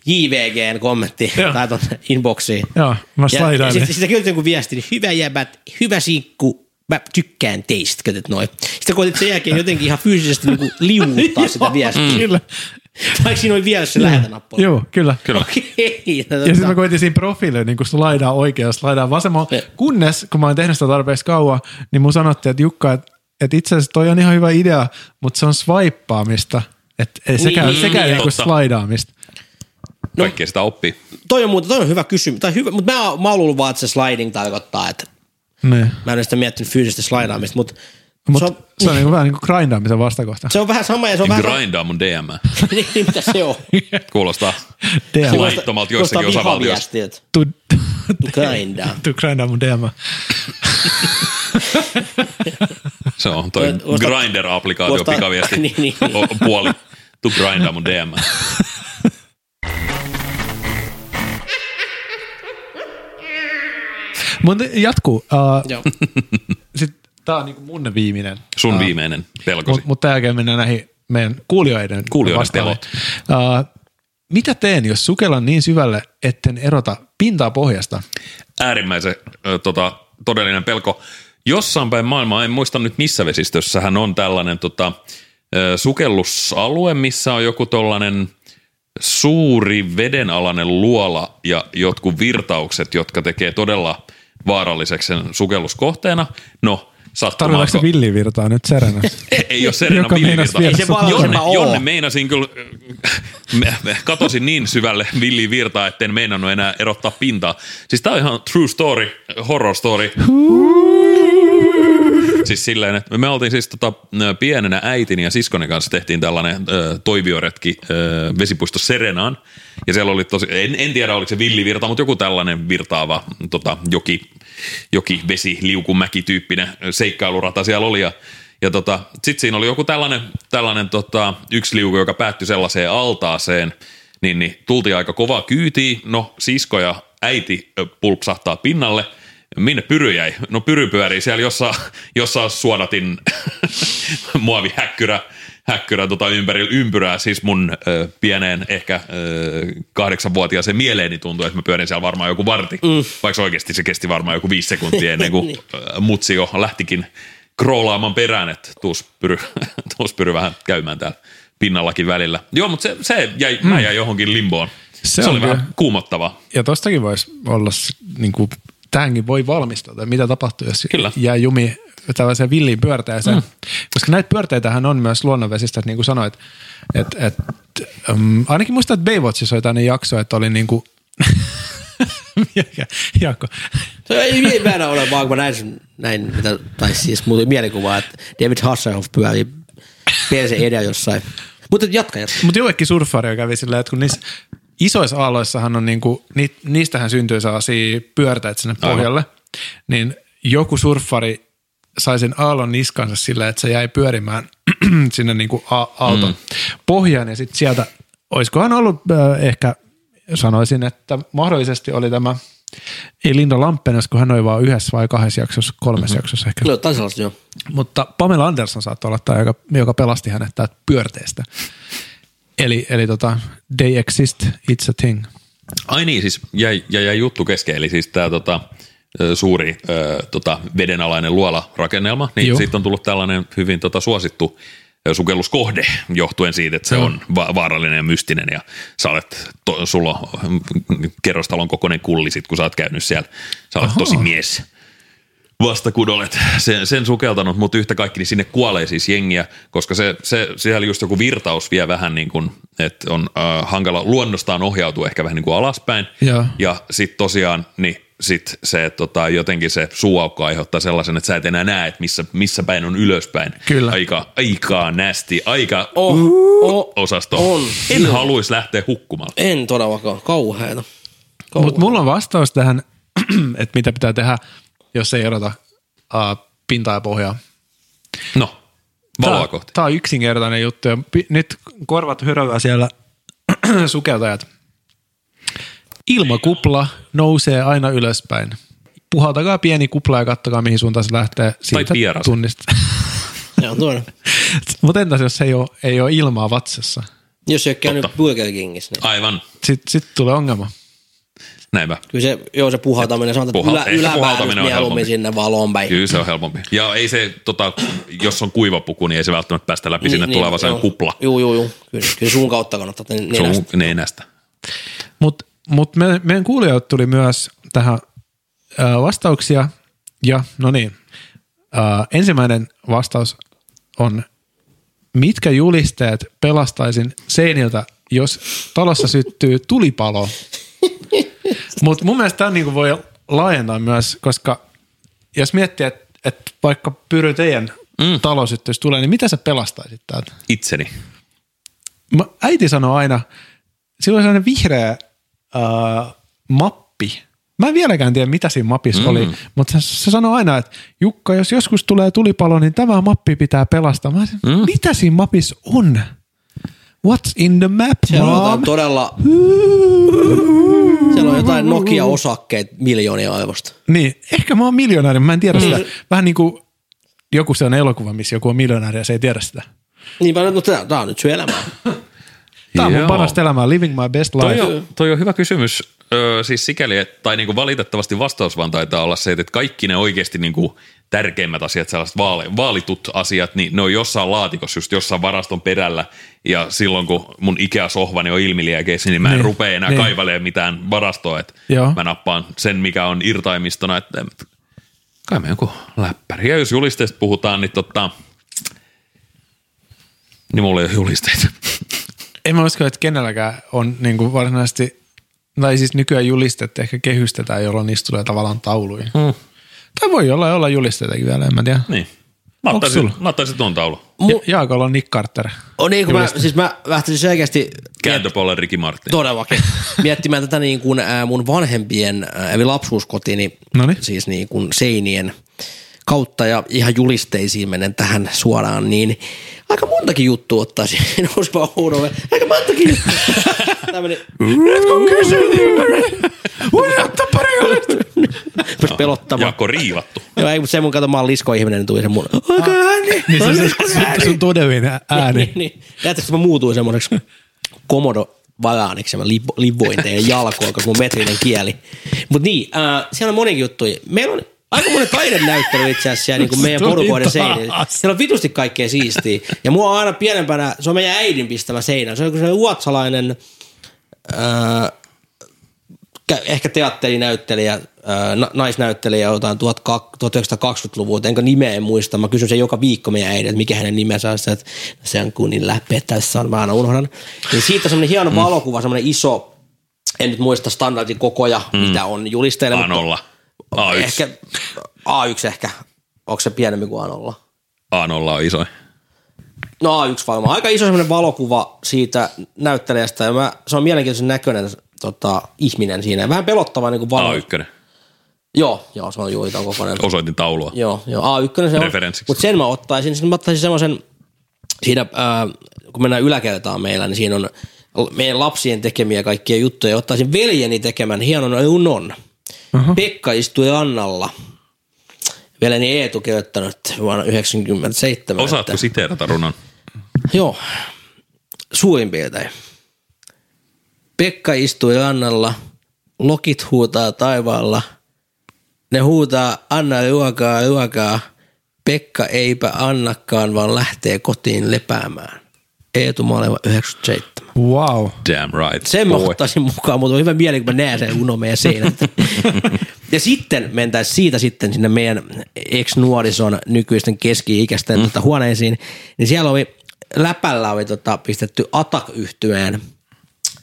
Speaker 2: JVGn kommentti
Speaker 3: Joo.
Speaker 2: tai ton inboxiin.
Speaker 3: Joo, mä
Speaker 2: Ja, ja
Speaker 3: slaidailin.
Speaker 2: sitten sitä kyllä joku viesti, niin hyvä jäbät, hyvä sinkku, mä tykkään teistä, katsot noin. Sitten koetit sen jälkeen jotenkin ihan fyysisesti niinku liuuttaa sitä viestiä.
Speaker 3: Kyllä.
Speaker 2: Vaikka siinä oli vielä se lähetänappula.
Speaker 3: Joo, kyllä.
Speaker 1: Kyllä.
Speaker 2: Okei. no tota.
Speaker 3: Ja sitten mä koitin siinä profiilille niin slaidaa oikea, slaidaa vasemmalle.
Speaker 2: Joo.
Speaker 3: Kunnes, kun mä oon tehnyt sitä tarpeeksi kauan, niin mun sanottiin, että Jukka, että et itse asiassa toi on ihan hyvä idea, mutta se on swippaamista. Että ei sekään,
Speaker 2: Niin,
Speaker 3: niin, sekään
Speaker 2: niin,
Speaker 3: niin, niin
Speaker 1: totta.
Speaker 3: slaidaamista.
Speaker 2: No.
Speaker 1: Kaikkea sitä oppii.
Speaker 2: Toi on muuta, toi on hyvä kysymys. Tai hyvä, mutta mä, oon- mä oon luullut vaan, että se sliding tarkoittaa, että
Speaker 3: Niin.
Speaker 2: mä en ole sitä miettinyt fyysistä slidaamista, mutta
Speaker 3: Mut
Speaker 2: se,
Speaker 3: se
Speaker 2: on,
Speaker 3: on, se on niin vähän niin kuin grindaamisen vastakohta.
Speaker 2: se on vähän sama ja se on
Speaker 1: En
Speaker 2: vähän...
Speaker 1: grindaa mun DM.
Speaker 2: niin, niin, mitä se on?
Speaker 1: Kuulostaa
Speaker 3: DM.
Speaker 1: laittomalta joissakin osavaltioissa.
Speaker 2: osavaltioista.
Speaker 3: Tu,
Speaker 2: Grindaa.
Speaker 3: tu grindaa mun DM.
Speaker 1: Se on toi
Speaker 2: Osta-
Speaker 1: Grindr-applikaatio
Speaker 2: osta-
Speaker 1: pikaviesti.
Speaker 2: Niin, niin.
Speaker 1: O- Puoli. Tu grindaa mun DM.
Speaker 3: Mutta jatkuu. Uh,
Speaker 2: Joo.
Speaker 3: Sitten tää on niinku mun viimeinen.
Speaker 1: Sun viimeinen pelkosi.
Speaker 3: Mutta mut tämän jälkeen mennään näihin meidän kuulijoiden,
Speaker 1: Kuulijoiden
Speaker 3: Uh, mitä teen, jos sukellan niin syvälle, etten erota pintaa pohjasta?
Speaker 1: äärimmäisen ö, tota, todellinen pelko. Jossain päin maailmaa, en muista nyt missä vesistössä, hän on tällainen tota, ö, sukellusalue, missä on joku tollainen suuri vedenalainen luola ja jotkut virtaukset, jotka tekee todella vaaralliseksi sen sukelluskohteena. No, sattumaa.
Speaker 3: Tarvitaanko se villivirtaa nyt säränässä?
Speaker 1: Ei ole Serena
Speaker 3: Joka meinas
Speaker 1: villivirta.
Speaker 3: viedä
Speaker 2: Ei se sut valtava
Speaker 1: jonne,
Speaker 2: oo.
Speaker 1: jonne meinasin kyllä, me- me- katosin niin syvälle villivirtaa, etten meinannut enää erottaa pintaa. Siis tää on ihan true story, horror story. Siis silleen, että me oltiin siis tota, ö, pienenä äitin ja siskoni kanssa tehtiin tällainen ö, toivioretki ö, vesipuisto Serenaan. Ja siellä oli tosi, en, en tiedä oliko se villivirta, mutta joku tällainen virtaava tota, joki, joki vesi, liukumäki tyyppinen seikkailurata siellä oli. Ja, ja tota, sitten siinä oli joku tällainen, tällainen tota, yksi liuku, joka päättyi sellaiseen altaaseen, niin, niin tultiin aika kovaa kyytiin. No sisko ja äiti ö, pulpsahtaa pinnalle. Minne pyry jäi? No pyry pyörii siellä, jossa, jossa suodatin muovihäkkyrä häkkyrä tota ympärillä ympyrää, siis mun ö, pieneen ehkä ö, kahdeksanvuotiaaseen mieleeni tuntui, että mä pyörin siellä varmaan joku varti, mm. vaikka se oikeasti se kesti varmaan joku viisi sekuntia ennen kuin ö, mutsi jo lähtikin kroolaamaan perään, että tuus pyry, tuus pyry vähän käymään täällä pinnallakin välillä. Joo, mutta se, se jäi, mm. mä jäin johonkin limboon. Se,
Speaker 3: Se
Speaker 1: se
Speaker 3: on
Speaker 1: oli vähän
Speaker 3: kyllä.
Speaker 1: kuumottavaa.
Speaker 3: Ja tostakin voisi olla, s- niin kuin, tähänkin voi valmistautua, mitä tapahtuu, jos
Speaker 1: Kyllä.
Speaker 3: jää jumi tällaiseen villiin pyörteeseen. Mm. Koska näitä pyörteitähän on myös luonnonvesistä, niin kuin sanoit. Et, et, um, ainakin muistan, että Baywatchissa oli tämmöinen jakso, että oli niin kuin Mikä? Jaakko.
Speaker 2: Se ei mielipäällä ole, vaan kun mä näin, sen- näin mitä, tai siis muuten mielikuva, että David Hasselhoff pyörii persen edellä jossain. Mutta jatka, jatka.
Speaker 3: Mutta jollekin surffari kävi silleen, että kun niissä isoissa aalloissahan on niinku, ni, niistähän syntyy sellaisia pyörteitä sinne pohjalle, niin joku surffari sai sen aallon niskansa sillä, että se jäi pyörimään sinne niinku a- aallon mm. pohjaan ja sitten sieltä, olisikohan ollut äh, ehkä, sanoisin, että mahdollisesti oli tämä, ei Linda Lamppenes, kun hän oli vaan yhdessä vai kahdessa jaksossa, kolmessa mm-hmm. jaksossa ehkä.
Speaker 2: Kyllä, jotain sellaista, joo.
Speaker 3: Mutta Pamela Anderson saattoi olla tämä, joka, joka pelasti hänet täältä pyörteestä. Eli, eli tota, they exist, it's a thing.
Speaker 1: Ai niin, siis jäi, jäi, jäi juttu kesken, eli siis tämä tota, ö, suuri ö, tota, vedenalainen luolarakennelma, niin
Speaker 3: Joo.
Speaker 1: siitä on tullut tällainen hyvin tota, suosittu ö, sukelluskohde johtuen siitä, että se on va- vaarallinen ja mystinen ja sä olet, to, sulla on mm, kerrostalon kokoinen kulli sit, kun sä oot käynyt siellä, sä olet tosi mies vasta kun olet sen, sen sukeltanut, mutta yhtä kaikki niin sinne kuolee siis jengiä, koska se, se siellä just joku virtaus vie vähän niin kuin, että on äh, hankala luonnostaan ohjautua ehkä vähän niin kuin alaspäin.
Speaker 3: Joo.
Speaker 1: Ja sitten tosiaan, niin sit se tota, jotenkin se suuaukko aiheuttaa sellaisen, että sä et enää näe, että missä, missä päin on ylöspäin.
Speaker 3: Kyllä.
Speaker 1: Aika, aika nästi, aika
Speaker 2: Oh, oh,
Speaker 1: osasto.
Speaker 2: On.
Speaker 1: En haluaisi lähteä hukkumaan.
Speaker 2: en todellakaan, kauheeta.
Speaker 3: Mutta mulla on vastaus tähän, että mitä pitää tehdä, jos ei erota uh, pintaa ja pohjaa.
Speaker 1: No, valoa kohti.
Speaker 3: Tämä on yksinkertainen juttu. Ja pi- nyt korvat hörövää siellä sukeltajat. Ilmakupla nousee aina ylöspäin. Puhaltakaa pieni kupla ja kattokaa, mihin suuntaan se lähtee. Siitä
Speaker 1: pieras.
Speaker 3: tunnistaa.
Speaker 2: Se on tuolla.
Speaker 3: Mutta entäs jos ei ole, ei ole ilmaa vatsassa?
Speaker 2: Jos ei ole käynyt Burger Kingissä, niin
Speaker 1: Aivan.
Speaker 3: Sitten sit tulee ongelma.
Speaker 1: Näinpä.
Speaker 2: Kyllä se, joo, se puhaltaminen, sanotaan,
Speaker 1: puhal-
Speaker 2: että ylä,
Speaker 1: ehkä puhaltaminen on
Speaker 2: yläpäädys
Speaker 1: helpompi.
Speaker 2: mieluummin sinne valoon päin.
Speaker 1: Kyllä se on helpompi. Ja ei se, tota, jos on kuiva puku, niin ei se välttämättä päästä läpi niin, sinne niin, tulee vaan
Speaker 2: joo.
Speaker 1: sellainen kupla
Speaker 2: Joo, joo, joo. Kyllä, kyllä sun kautta kannattaa ne, nenästä.
Speaker 1: sun nenästä.
Speaker 3: Mutta mut me, meidän kuulijoilta tuli myös tähän ö, vastauksia. Ja no niin, ö, ensimmäinen vastaus on, mitkä julisteet pelastaisin seiniltä, jos talossa syttyy tulipalo? Mutta mun mielestä tämä niinku voi laajentaa myös, koska jos miettii, että et vaikka pyry teidän mm. talo syttyisi tulee, niin mitä sä pelastaisit täältä?
Speaker 1: Itseni.
Speaker 3: Mä, äiti sanoi aina, sillä oli sellainen vihreä äh, mappi. Mä en vieläkään tiedä, mitä siinä mapissa mm. oli, mutta se, se sanoi aina, että Jukka, jos joskus tulee tulipalo, niin tämä mappi pitää pelastaa. Mä sanoin, mm. mitä siinä mapissa on? What's in the map,
Speaker 2: Siellä on
Speaker 3: mom?
Speaker 2: jotain todella... Siellä on jotain Nokia-osakkeet miljoonia aivosta.
Speaker 3: Niin, ehkä mä oon miljonääri, mä en tiedä mm. sitä. Vähän niin kuin joku se on elokuva, missä joku on miljonääri ja se ei tiedä sitä.
Speaker 2: Niinpä Niin, nyt, mutta tää- tää on nyt sun elämä.
Speaker 3: Tämä on mun
Speaker 1: Joo.
Speaker 3: parasta elämää, living my best
Speaker 1: Toi
Speaker 3: life.
Speaker 1: on, toi on hyvä kysymys. Öö, siis sikäli, et- tai niinku valitettavasti vastaus vaan taitaa olla se, että kaikki ne oikeasti niinku tärkeimmät asiat, sellaiset vaali, vaalitut asiat, niin ne on jossain laatikossa, just jossain varaston perällä. Ja silloin, kun mun Ikea-sohvani on ilmiliäkeissä, niin mä en
Speaker 3: Niin,
Speaker 1: niin, rupea enää
Speaker 3: niin.
Speaker 1: niin. kaivelemaan mitään varastoa. Että
Speaker 3: Joo.
Speaker 1: mä nappaan sen, mikä on irtaimistona. Että kai me joku läppäri. Ja jos julisteista puhutaan, niin totta, niin mulla ei ole julisteita.
Speaker 3: En mä usko, että kenelläkään on niin kuin varsinaisesti, tai siis nykyään julisteet ehkä kehystetään, jolloin niistä tulee tavallaan tauluja. Mm. Tai voi olla, olla julisteitakin vielä, en mä tiedä.
Speaker 1: Niin. Mä
Speaker 3: Onks
Speaker 1: ottaisin,
Speaker 3: sulla?
Speaker 1: mä ottaisin tuon taulun.
Speaker 3: Ja, Jaakolla on Nick Carter.
Speaker 2: On niin, kun mä, siis mä lähtisin selkeästi
Speaker 1: Kääntöpuolen Ricky Martin.
Speaker 2: todellakin miettimään tätä niin kuin ää, mun vanhempien, ää, eli lapsuuskotini,
Speaker 3: Noniin.
Speaker 2: siis niin kuin seinien kautta ja ihan julisteisiin menen tähän suoraan, niin aika montakin juttua ottaisin nousipa huudolle. Aika montakin juttua. Tämmönen,
Speaker 3: Voi ottaa pari julista.
Speaker 2: rupes pelottamaan.
Speaker 1: Jaakko riivattu.
Speaker 2: Joo, ei, mutta se mun kato, mä oon liskoihminen, niin tuli se mun, aika ääni,
Speaker 3: Niin se,
Speaker 2: on
Speaker 3: se,
Speaker 2: liskoääni.
Speaker 3: sun, sun todellinen ääni.
Speaker 2: Niin, niin. Näyttäisi, että mä muutuin semmoiseksi komodo vajaaniksi, mä lipo- livoin teidän jalkoa, kun mun metrinen kieli. Mutta niin, äh, siellä on monenkin juttuja. Meillä on aika monen taidenäyttely itse asiassa siellä, niin kuin meidän
Speaker 3: Tuli
Speaker 2: porukoiden
Speaker 3: taas.
Speaker 2: seinillä. Siellä on vitusti kaikkea siistiä. Ja mua on aina pienempänä, se on meidän äidin pistämä seinä. Se on joku sellainen ruotsalainen, äh, kä- ehkä teatterinäyttelijä, äh, na- naisnäyttelijä jotain 1002 1920-luvulta, enkä nimeä en muista. Mä kysyn sen joka viikko meidän äidin, että mikä hänen nimensä on, Sitten, että se on kunin läpi, tässä on, mä aina unohdan. Niin siitä semmoinen hieno valokuva, semmoinen iso, en nyt muista standardin kokoja, mm. mitä on julisteilla.
Speaker 1: A0.
Speaker 2: mutta
Speaker 1: A1.
Speaker 2: Ehkä, A1 ehkä, onko se pienempi kuin A0?
Speaker 1: A0 on isoin.
Speaker 2: No A1 varmaan. Aika iso semmoinen valokuva siitä näyttelijästä ja mä, se on mielenkiintoisen näköinen tota, ihminen siinä. Vähän pelottava niin kuin valo.
Speaker 1: A1.
Speaker 2: Joo, joo, se on juuri tämän kokoinen.
Speaker 1: Osoitin taulua.
Speaker 2: Joo, joo, A1 se on.
Speaker 1: Referenssiksi.
Speaker 2: Mutta sen mä ottaisin, sen mä ottaisin semmoisen, siinä, ää, kun mennään yläkertaan meillä, niin siinä on l- meidän lapsien tekemiä kaikkia juttuja. Ottaisin veljeni tekemän hienon unon.
Speaker 1: Mhm.
Speaker 2: Uh-huh. Pekka istui rannalla. Veljeni Eetu kirjoittanut vuonna 97.
Speaker 1: Osaatko
Speaker 2: että-
Speaker 1: siteerata runon?
Speaker 2: Joo, suurin piirtein. Pekka istui rannalla, lokit huutaa taivaalla. Ne huutaa, anna ruokaa, ruokaa. Pekka eipä annakaan, vaan lähtee kotiin lepäämään. Eetu Maleva 97.
Speaker 3: Wow.
Speaker 1: Damn right.
Speaker 2: Sen mä
Speaker 1: boy.
Speaker 2: ottaisin mukaan, mutta on hyvä mieli, kun mä näen sen Uno meidän seinältä. ja sitten mentäisiin siitä sitten sinne meidän ex-nuorison nykyisten keski-ikäisten mm. tota, huoneisiin, niin siellä oli läpällä oli tota, pistetty atak yhtyeen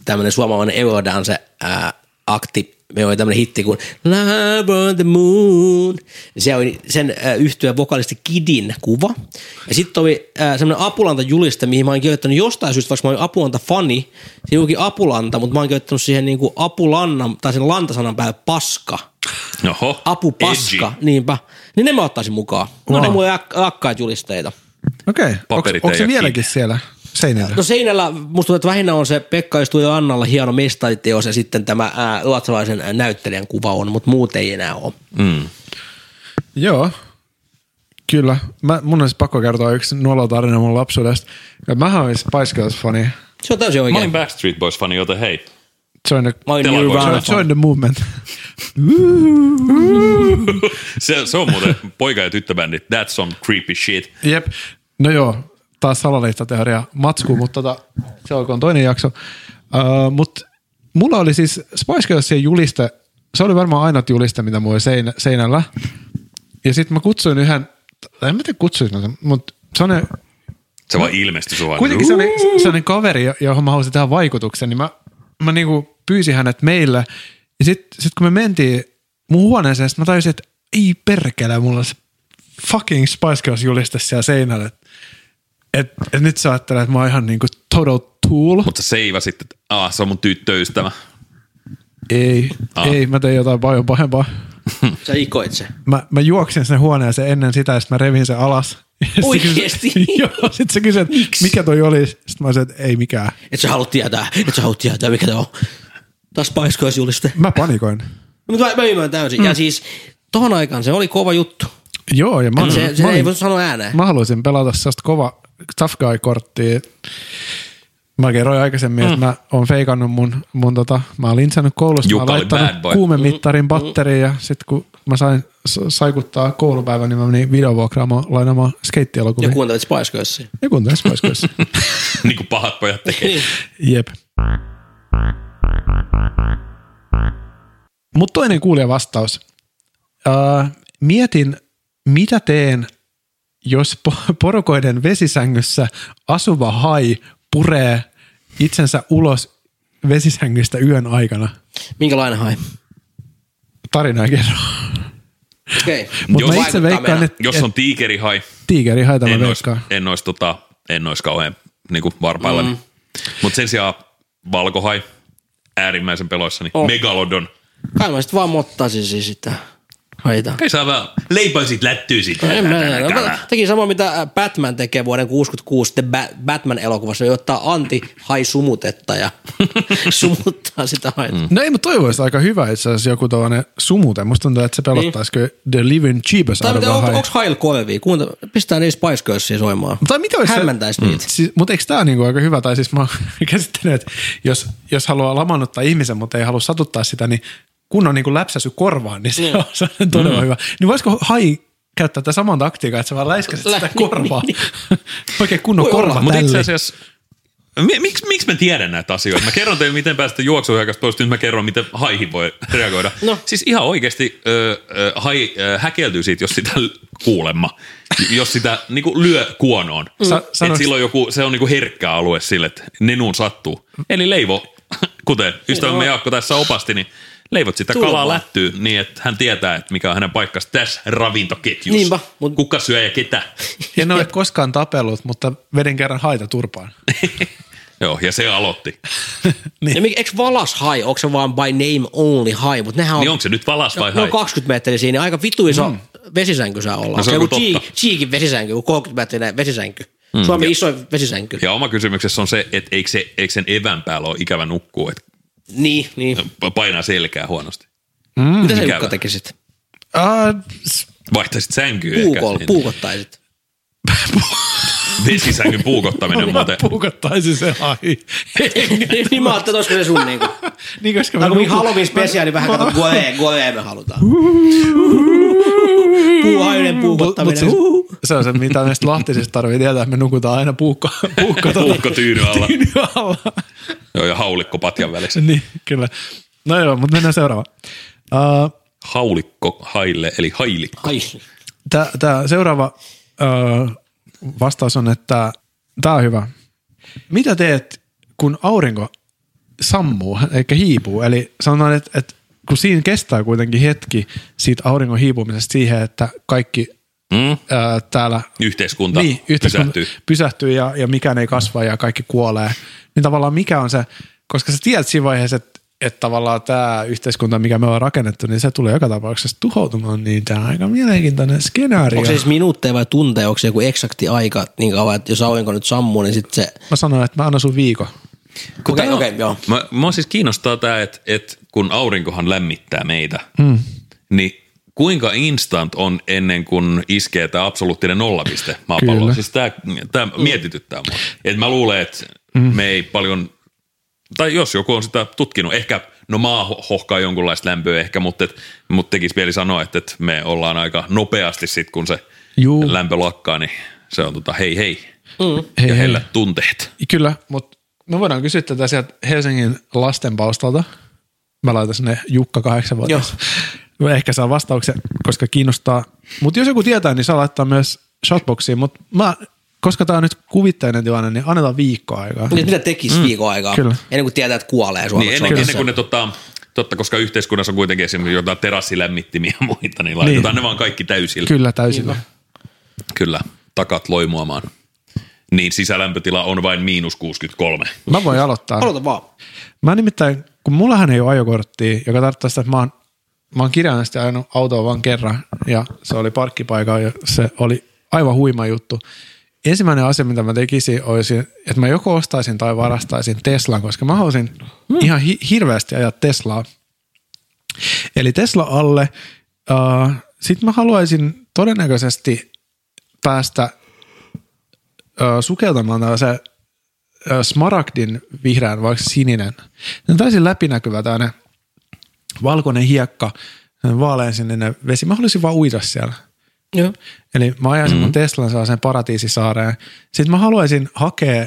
Speaker 2: tämmöinen suomalainen Eurodance ää, akti, me oli tämmöinen hitti kuin Love on the Moon. Se oli sen ää, yhtyeen vokalisti Kidin kuva. Ja sitten oli ää, semmoinen Apulanta juliste, mihin mä oon kirjoittanut jostain syystä, vaikka mä olin Apulanta fani, se luki Apulanta, mutta mä oon kirjoittanut siihen niinku Apulannan tai sen lantasanan päälle paska.
Speaker 1: Oho.
Speaker 2: Apupaska,
Speaker 1: Edgy.
Speaker 2: niinpä. Niin ne mä ottaisin mukaan. No ne
Speaker 3: Wow.
Speaker 2: on mun rak- rakkaat julisteita.
Speaker 3: Okei. Okay.
Speaker 1: Paperit
Speaker 3: Onko
Speaker 1: ei
Speaker 3: se
Speaker 1: oo
Speaker 3: vieläkin siellä seinillä?
Speaker 2: No seinällä, musta tuntuu, että lähinnä on se Pekka istuu jo Annalla hieno mestariteos ja sitten tämä ää, ruotsalaisen ää, näyttelijän kuva on, mutta muuten ei enää ole.
Speaker 3: Joo. Kyllä. Mä, mun olisi pakko kertoa yksi nolo tarina mun lapsuudesta. Mähän olin siis Spice Girls fani.
Speaker 2: Se on täysin
Speaker 1: Mä
Speaker 2: oikein.
Speaker 1: olin Backstreet Boys-fani, joten hei.
Speaker 3: Join the,
Speaker 2: My new
Speaker 1: Telakoissa.
Speaker 2: round of-
Speaker 3: join the movement.
Speaker 1: Se, se on muuten poika- ja tyttöbändit. That's some creepy shit.
Speaker 3: Jep. No joo, taas salaliittoteoria matskuu, mutta tota, se olkoon toinen jakso. Uh, mut mulla oli siis Spice Girlsien juliste, se oli varmaan ainut juliste, mitä mulla oli seinä, seinällä. Ja sitten mä kutsuin yhden, tai en mä tiedä kutsuisin sen, mutta sellainen,
Speaker 1: Se vaan ilmestyi sua.
Speaker 3: kuitenkin sellainen, sellainen kaveri, jo- johon mä halusin tehdä vaikutuksen, niin mä, mä niinku pyysin hänet meille. Ja sitten sit kun me mentiin mun huoneeseen, sit mä tajusin, että ei perkele, mulla on se fucking Spice Girls juliste siellä seinällä. Et, et nyt sä ajattelet, että mä oon ihan niinku total tool.
Speaker 1: Mutta se seivä sitten, että aah, se on mun tyttöystävä.
Speaker 3: Ei,
Speaker 1: Ah.
Speaker 3: ei, mä tein jotain paljon pahempaa.
Speaker 2: Sä ikoit se.
Speaker 3: Mä, mä juoksin sinne huoneeseen ennen sitä, ja sit mä revin sen alas. Ja sit se kysyi-
Speaker 2: Oikeesti?
Speaker 3: Joo, sit se kysyi, että mikä toi oli. Sitten mä sanoin, että ei mikään.
Speaker 2: Et sä haluat tietää, et sä haluat tietää, mikä tää on. Taas paiskoisjuliste. No,
Speaker 3: Mä panikoin.
Speaker 2: Mutta mä, mä ymmärrän täysin. Mm. Ja siis tohon aikaan se oli kova juttu.
Speaker 3: Joo, ja mä,
Speaker 2: Mm. Se, se
Speaker 3: mä
Speaker 2: ei
Speaker 3: olin-
Speaker 2: voi sanoa ääneen.
Speaker 3: Mä haluaisin pelata sellaista kova tough guy-korttia. Mä kerroin aikaisemmin, mm. että mä oon feikannut mun, mun tota, mä olin linsännyt koulusta,
Speaker 1: Jukka
Speaker 3: mä
Speaker 1: oli
Speaker 3: oon
Speaker 1: bad
Speaker 3: laittanut
Speaker 1: boy. Mm.
Speaker 3: kuumemittarin batteriin ja sit kun mä sain s- saikuttaa koulupäivän, niin mä menin videovuokraamaan lainaamaan
Speaker 2: Ja
Speaker 3: skeittielokuvia.
Speaker 2: kuuntelit Spice Girlsia.
Speaker 3: Ja kun tässä pois
Speaker 1: niin kuin pahat pojat tekee.
Speaker 3: Jep. Mutta toinen kuulijavastaus. Äh, mietin, mitä teen, jos po- porukoiden vesisängyssä asuva hai puree itsensä ulos vesisängystä yön aikana.
Speaker 2: Minkälainen hai?
Speaker 3: Tarinaa kerro.
Speaker 2: Okei. Okay.
Speaker 3: Mutta mä itse
Speaker 2: vaikuttaa
Speaker 3: veikkaan,
Speaker 2: meidän.
Speaker 3: että
Speaker 1: Jos on tiikerihai,
Speaker 3: tiikeri haitama
Speaker 1: en olisi,
Speaker 3: veikkaa.
Speaker 1: en olisi, tota, en olisi kauhean niin kuin varpaillani. Mm. Mutta sen sijaan valkohai, äärimmäisen peloissani. Oh.
Speaker 2: Oh.
Speaker 1: Megalodon.
Speaker 2: Kai mä sit vaan mottaisin siis sitä haita.
Speaker 1: Kai saa vähän leipäisit lättyisit.
Speaker 2: No en mä- en mä- Teki sama, mitä äh, Batman tekee vuoden 66 sitten Ba- Batman-elokuvassa. Se ottaa anti hai sumutetta ja sumuttaa sitä haita. Mm.
Speaker 3: No ei, mutta toi olisi aika hyvä itse asiassa joku tuollainen sumute. Musta tuntuu, että se pelottaisi niin. The Living Cheapest
Speaker 2: Tai
Speaker 3: out of
Speaker 2: mitä,
Speaker 3: a
Speaker 2: on,
Speaker 3: hai.
Speaker 2: onks hailla kovia? Kuunta, pistää niitä Spice Girlsia soimaan.
Speaker 3: Tai mitä olisi se-
Speaker 2: Hämmentäis niitä.
Speaker 3: Siis, mutta eikö tämä niinku aika hyvä, tai siis mä oon käsittänyt, että jos, jos haluaa lamannuttaa ihmisen, mutta ei halua satuttaa sitä, niin kun on niinku läpsäsy korvaan, niin se on sellainen
Speaker 2: Mm.
Speaker 3: todella hyvä. Niin voisiko hai käyttää tätä saman taktiikan, että sä vaan läiskäset
Speaker 2: Lä-
Speaker 3: sitä
Speaker 2: niin,
Speaker 3: korvaa. Oikein kunnon
Speaker 2: Voi olla,
Speaker 3: korva
Speaker 1: Mutta itse
Speaker 3: tälle.
Speaker 1: asiassa, mi- miksi, miksi mä tiedän näitä asioita? Mä kerron teille, miten päästä juoksuhyökkäystä pois, nyt mä kerron, miten haihin voi reagoida. No. Siis ihan oikeasti ö, ö, hai ö, häkeltyy siitä, jos sitä l- kuulemma, J- jos sitä niinku lyö kuonoon.
Speaker 3: Sa-
Speaker 1: Sa-
Speaker 3: sanoks-
Speaker 1: Et silloin joku, se on niinku herkkä alue sille, että nenuun sattuu. Eli leivo, kuten ystävämme Jaakko tässä opasti, niin leivot sitä
Speaker 2: Tulla
Speaker 1: kalaa
Speaker 2: vaan.
Speaker 1: lättyy niin, että hän tietää, että mikä on hänen paikkansa tässä ravintoketjussa.
Speaker 2: Niinpä, mut-
Speaker 1: Kuka syö ja ketä.
Speaker 3: En ole koskaan tapellut, mutta veden kerran haita turpaan.
Speaker 1: Joo, ja se aloitti.
Speaker 3: Mm. Niin.
Speaker 2: Ja mikä, eikö valas hai, onko se vaan by name only hai, mutta nehän on,
Speaker 1: Niin onko se nyt valas
Speaker 3: No,
Speaker 1: vai
Speaker 2: ne on
Speaker 1: hai?
Speaker 2: 20 metriä siinä, aika vitu iso mm. vesisänky saa olla.
Speaker 1: No se on
Speaker 2: joku
Speaker 1: kyllä totta.
Speaker 2: Chi- Chiikin vesisänky, joku 30 metrinen vesisänky. Mm. Suomen isoin vesisänky.
Speaker 1: Ja oma kysymyksessä on se, että eikö, se, eikö sen evän päällä ole ikävä nukkua, että
Speaker 2: Niin, niin.
Speaker 1: Mm. painaa selkää huonosti.
Speaker 2: Mm, Mitä sä
Speaker 1: ikävä.
Speaker 2: Jukka tekisit?
Speaker 3: Uh,
Speaker 1: Vaihtaisit sänkyä
Speaker 2: Puukolla,
Speaker 1: ehkä.
Speaker 2: puukottaisit.
Speaker 1: Vesisängyn puukottaminen on muuten.
Speaker 3: puukottaisin se hai.
Speaker 2: niin mä ajattelin, että olisiko se sun niinku.
Speaker 3: niin, koska
Speaker 2: Tämä on
Speaker 3: nukun-
Speaker 2: Halloween spesiaali, vähän kato, goe, goe me halutaan. Puuhainen puukottaminen.
Speaker 3: Mut siis, se on se, mitä näistä lahtisista tarvii tietää, että me nukutaan aina puukko, puukko, tuota-
Speaker 1: Puukko tyyny alla.
Speaker 3: tyyny alla.
Speaker 1: Joo, ja haulikko patjan välissä.
Speaker 3: niin, kyllä. No joo, mutta mennään seuraavaan. Uh,
Speaker 1: Haulikko haille, eli hailikko.
Speaker 2: Ai,
Speaker 3: tää, tää seuraava uh, vastaus on, että tämä on hyvä. Mitä teet, kun aurinko sammuu, eikä hiipuu? Eli sanotaan, että, että kun siinä kestää kuitenkin hetki siitä auringon hiipumisesta siihen, että kaikki
Speaker 1: Mm?
Speaker 3: ää, täällä
Speaker 1: Yhteiskunta
Speaker 3: niin, yhteiskunta
Speaker 1: pysähtyy.
Speaker 3: pysähtyy, pysähtyy ja, ja mikään ei kasva ja kaikki kuolee. Niin tavallaan mikä on se, koska sä tiedät siinä vaiheessa, että, että tavallaan tämä yhteiskunta, mikä me ollaan rakennettu, niin se tulee joka tapauksessa tuhoutumaan, niin tämä on aika mielenkiintoinen skenaario.
Speaker 2: Onko se siis minuutteja vai tunteja, onko se joku eksakti aika, niin kauan, että jos aurinko nyt sammuu, niin sitten se...
Speaker 3: Mä sanoin, että mä annan sun viikon.
Speaker 2: Okei,
Speaker 1: Tää on-
Speaker 2: okei, joo.
Speaker 3: Mm.
Speaker 1: Mä, mä siis kiinnostaa tämä, että et kun aurinkohan lämmittää meitä, mm. niin kuinka instant on ennen kuin iskee tämä absoluuttinen nollapiste maapallolla?
Speaker 3: Kyllä. Mm.
Speaker 1: Siis tämä mietityttää mua. Et mä luulen, että mm. me ei paljon tai jos joku on sitä tutkinut, ehkä, no maa ho- hohkaa jonkunlaista lämpöä ehkä, mutta, et, mutta tekisi mieli sanoa, että, että me ollaan aika nopeasti sitten, kun se
Speaker 3: Juu.
Speaker 1: lämpö lakkaa, niin se on tota hei hei.
Speaker 2: Mm.
Speaker 3: Hei,
Speaker 1: ja
Speaker 3: hei.
Speaker 1: heillä tunteet.
Speaker 3: Kyllä, mutta me voidaan kysyä tätä sieltä Helsingin lastenpaustalta. Mä laitan sinne Jukka kahdeksan vuotta. Ehkä saa vastauksen, koska kiinnostaa. Mutta jos joku tietää, niin saa laittaa myös shotboxiin. Mutta mä, koska tämä on nyt kuvittainen tilanne, niin annetaan viikkoa aikaa.
Speaker 2: Nyt mitä tekisi mm, viikon aikaa,
Speaker 3: kyllä.
Speaker 2: ennen kuin tietää, että kuolee
Speaker 1: Niin
Speaker 2: Suomessa.
Speaker 1: ennen,
Speaker 2: Niin,
Speaker 1: ennen kuin ne tota, totta, koska yhteiskunnassa on kuitenkin esimerkiksi jotain terassilämmittimiä ja muita, niin laitetaan niin. ne vaan kaikki täysillä.
Speaker 3: Kyllä, täysillä.
Speaker 1: Kyllä, takat loimuamaan. Niin sisälämpötila on vain miinus 63.
Speaker 3: Mä voin aloittaa.
Speaker 2: Aloita vaan.
Speaker 3: Mä nimittäin, kun mullahan ei ole ajokorttia, joka tarkoittaa sitä, että mä oon, mä oon kirjaimellisesti ajanut autoa vain kerran ja se oli parkkipaikalla ja se oli aivan huima juttu. Ensimmäinen asia, mitä mä tekisin, olisi, että mä joko ostaisin tai varastaisin Teslan, koska mä haluaisin hmm. ihan hi- hirveästi ajaa Teslaa. Eli Tesla alle. Uh, Sitten mä haluaisin todennäköisesti päästä ö, sukeltamaan tällaisen ö, smaragdin vihreän, vaikka sininen. Ne on täysin läpinäkyvä tämmöinen valkoinen hiekka, vaalean sininen vesi. Mä haluaisin vaan uida siellä.
Speaker 2: Joo.
Speaker 3: Eli mä ajaisin mm-hmm. mun Teslan sellaiseen paratiisisaareen. Sitten mä haluaisin hakea,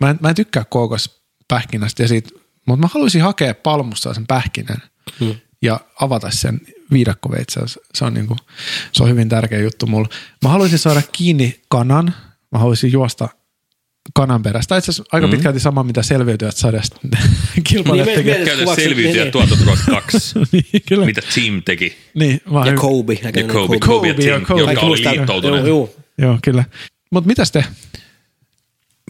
Speaker 3: mä en, mä en tykkää kookospähkinästä ja siitä, mutta mä haluaisin hakea palmusta sen pähkinän mm. ja avata sen viidakkoveitsellä. Se- Se on, niinku, se on hyvin tärkeä juttu mulla. Mä haluaisin saada kiinni kanan. Mä haluaisin juosta kanan perästä. Itse asiassa aika mm. pitkälti sama, mitä selviytyjät sadasta kilpailijat
Speaker 2: Niin, me-
Speaker 3: tekee.
Speaker 2: me-
Speaker 1: Käytä
Speaker 2: Kuvaksi-
Speaker 1: selviytyjä
Speaker 2: niin.
Speaker 1: 1032,
Speaker 3: Niin, kyllä.
Speaker 1: mitä Tim teki.
Speaker 3: Niin, mä oon
Speaker 2: Ja
Speaker 3: hyvin-
Speaker 2: no, Kobe.
Speaker 1: Ja
Speaker 2: näköinen
Speaker 1: Kobe, Kobe ja
Speaker 3: Kobe ja
Speaker 1: Tim,
Speaker 3: Kobe.
Speaker 1: jotka
Speaker 3: Kaikki
Speaker 1: oli
Speaker 2: muistaa.
Speaker 1: liittoutuneet.
Speaker 2: Joo, joo.
Speaker 3: Joo, kyllä. Mutta mitäs te?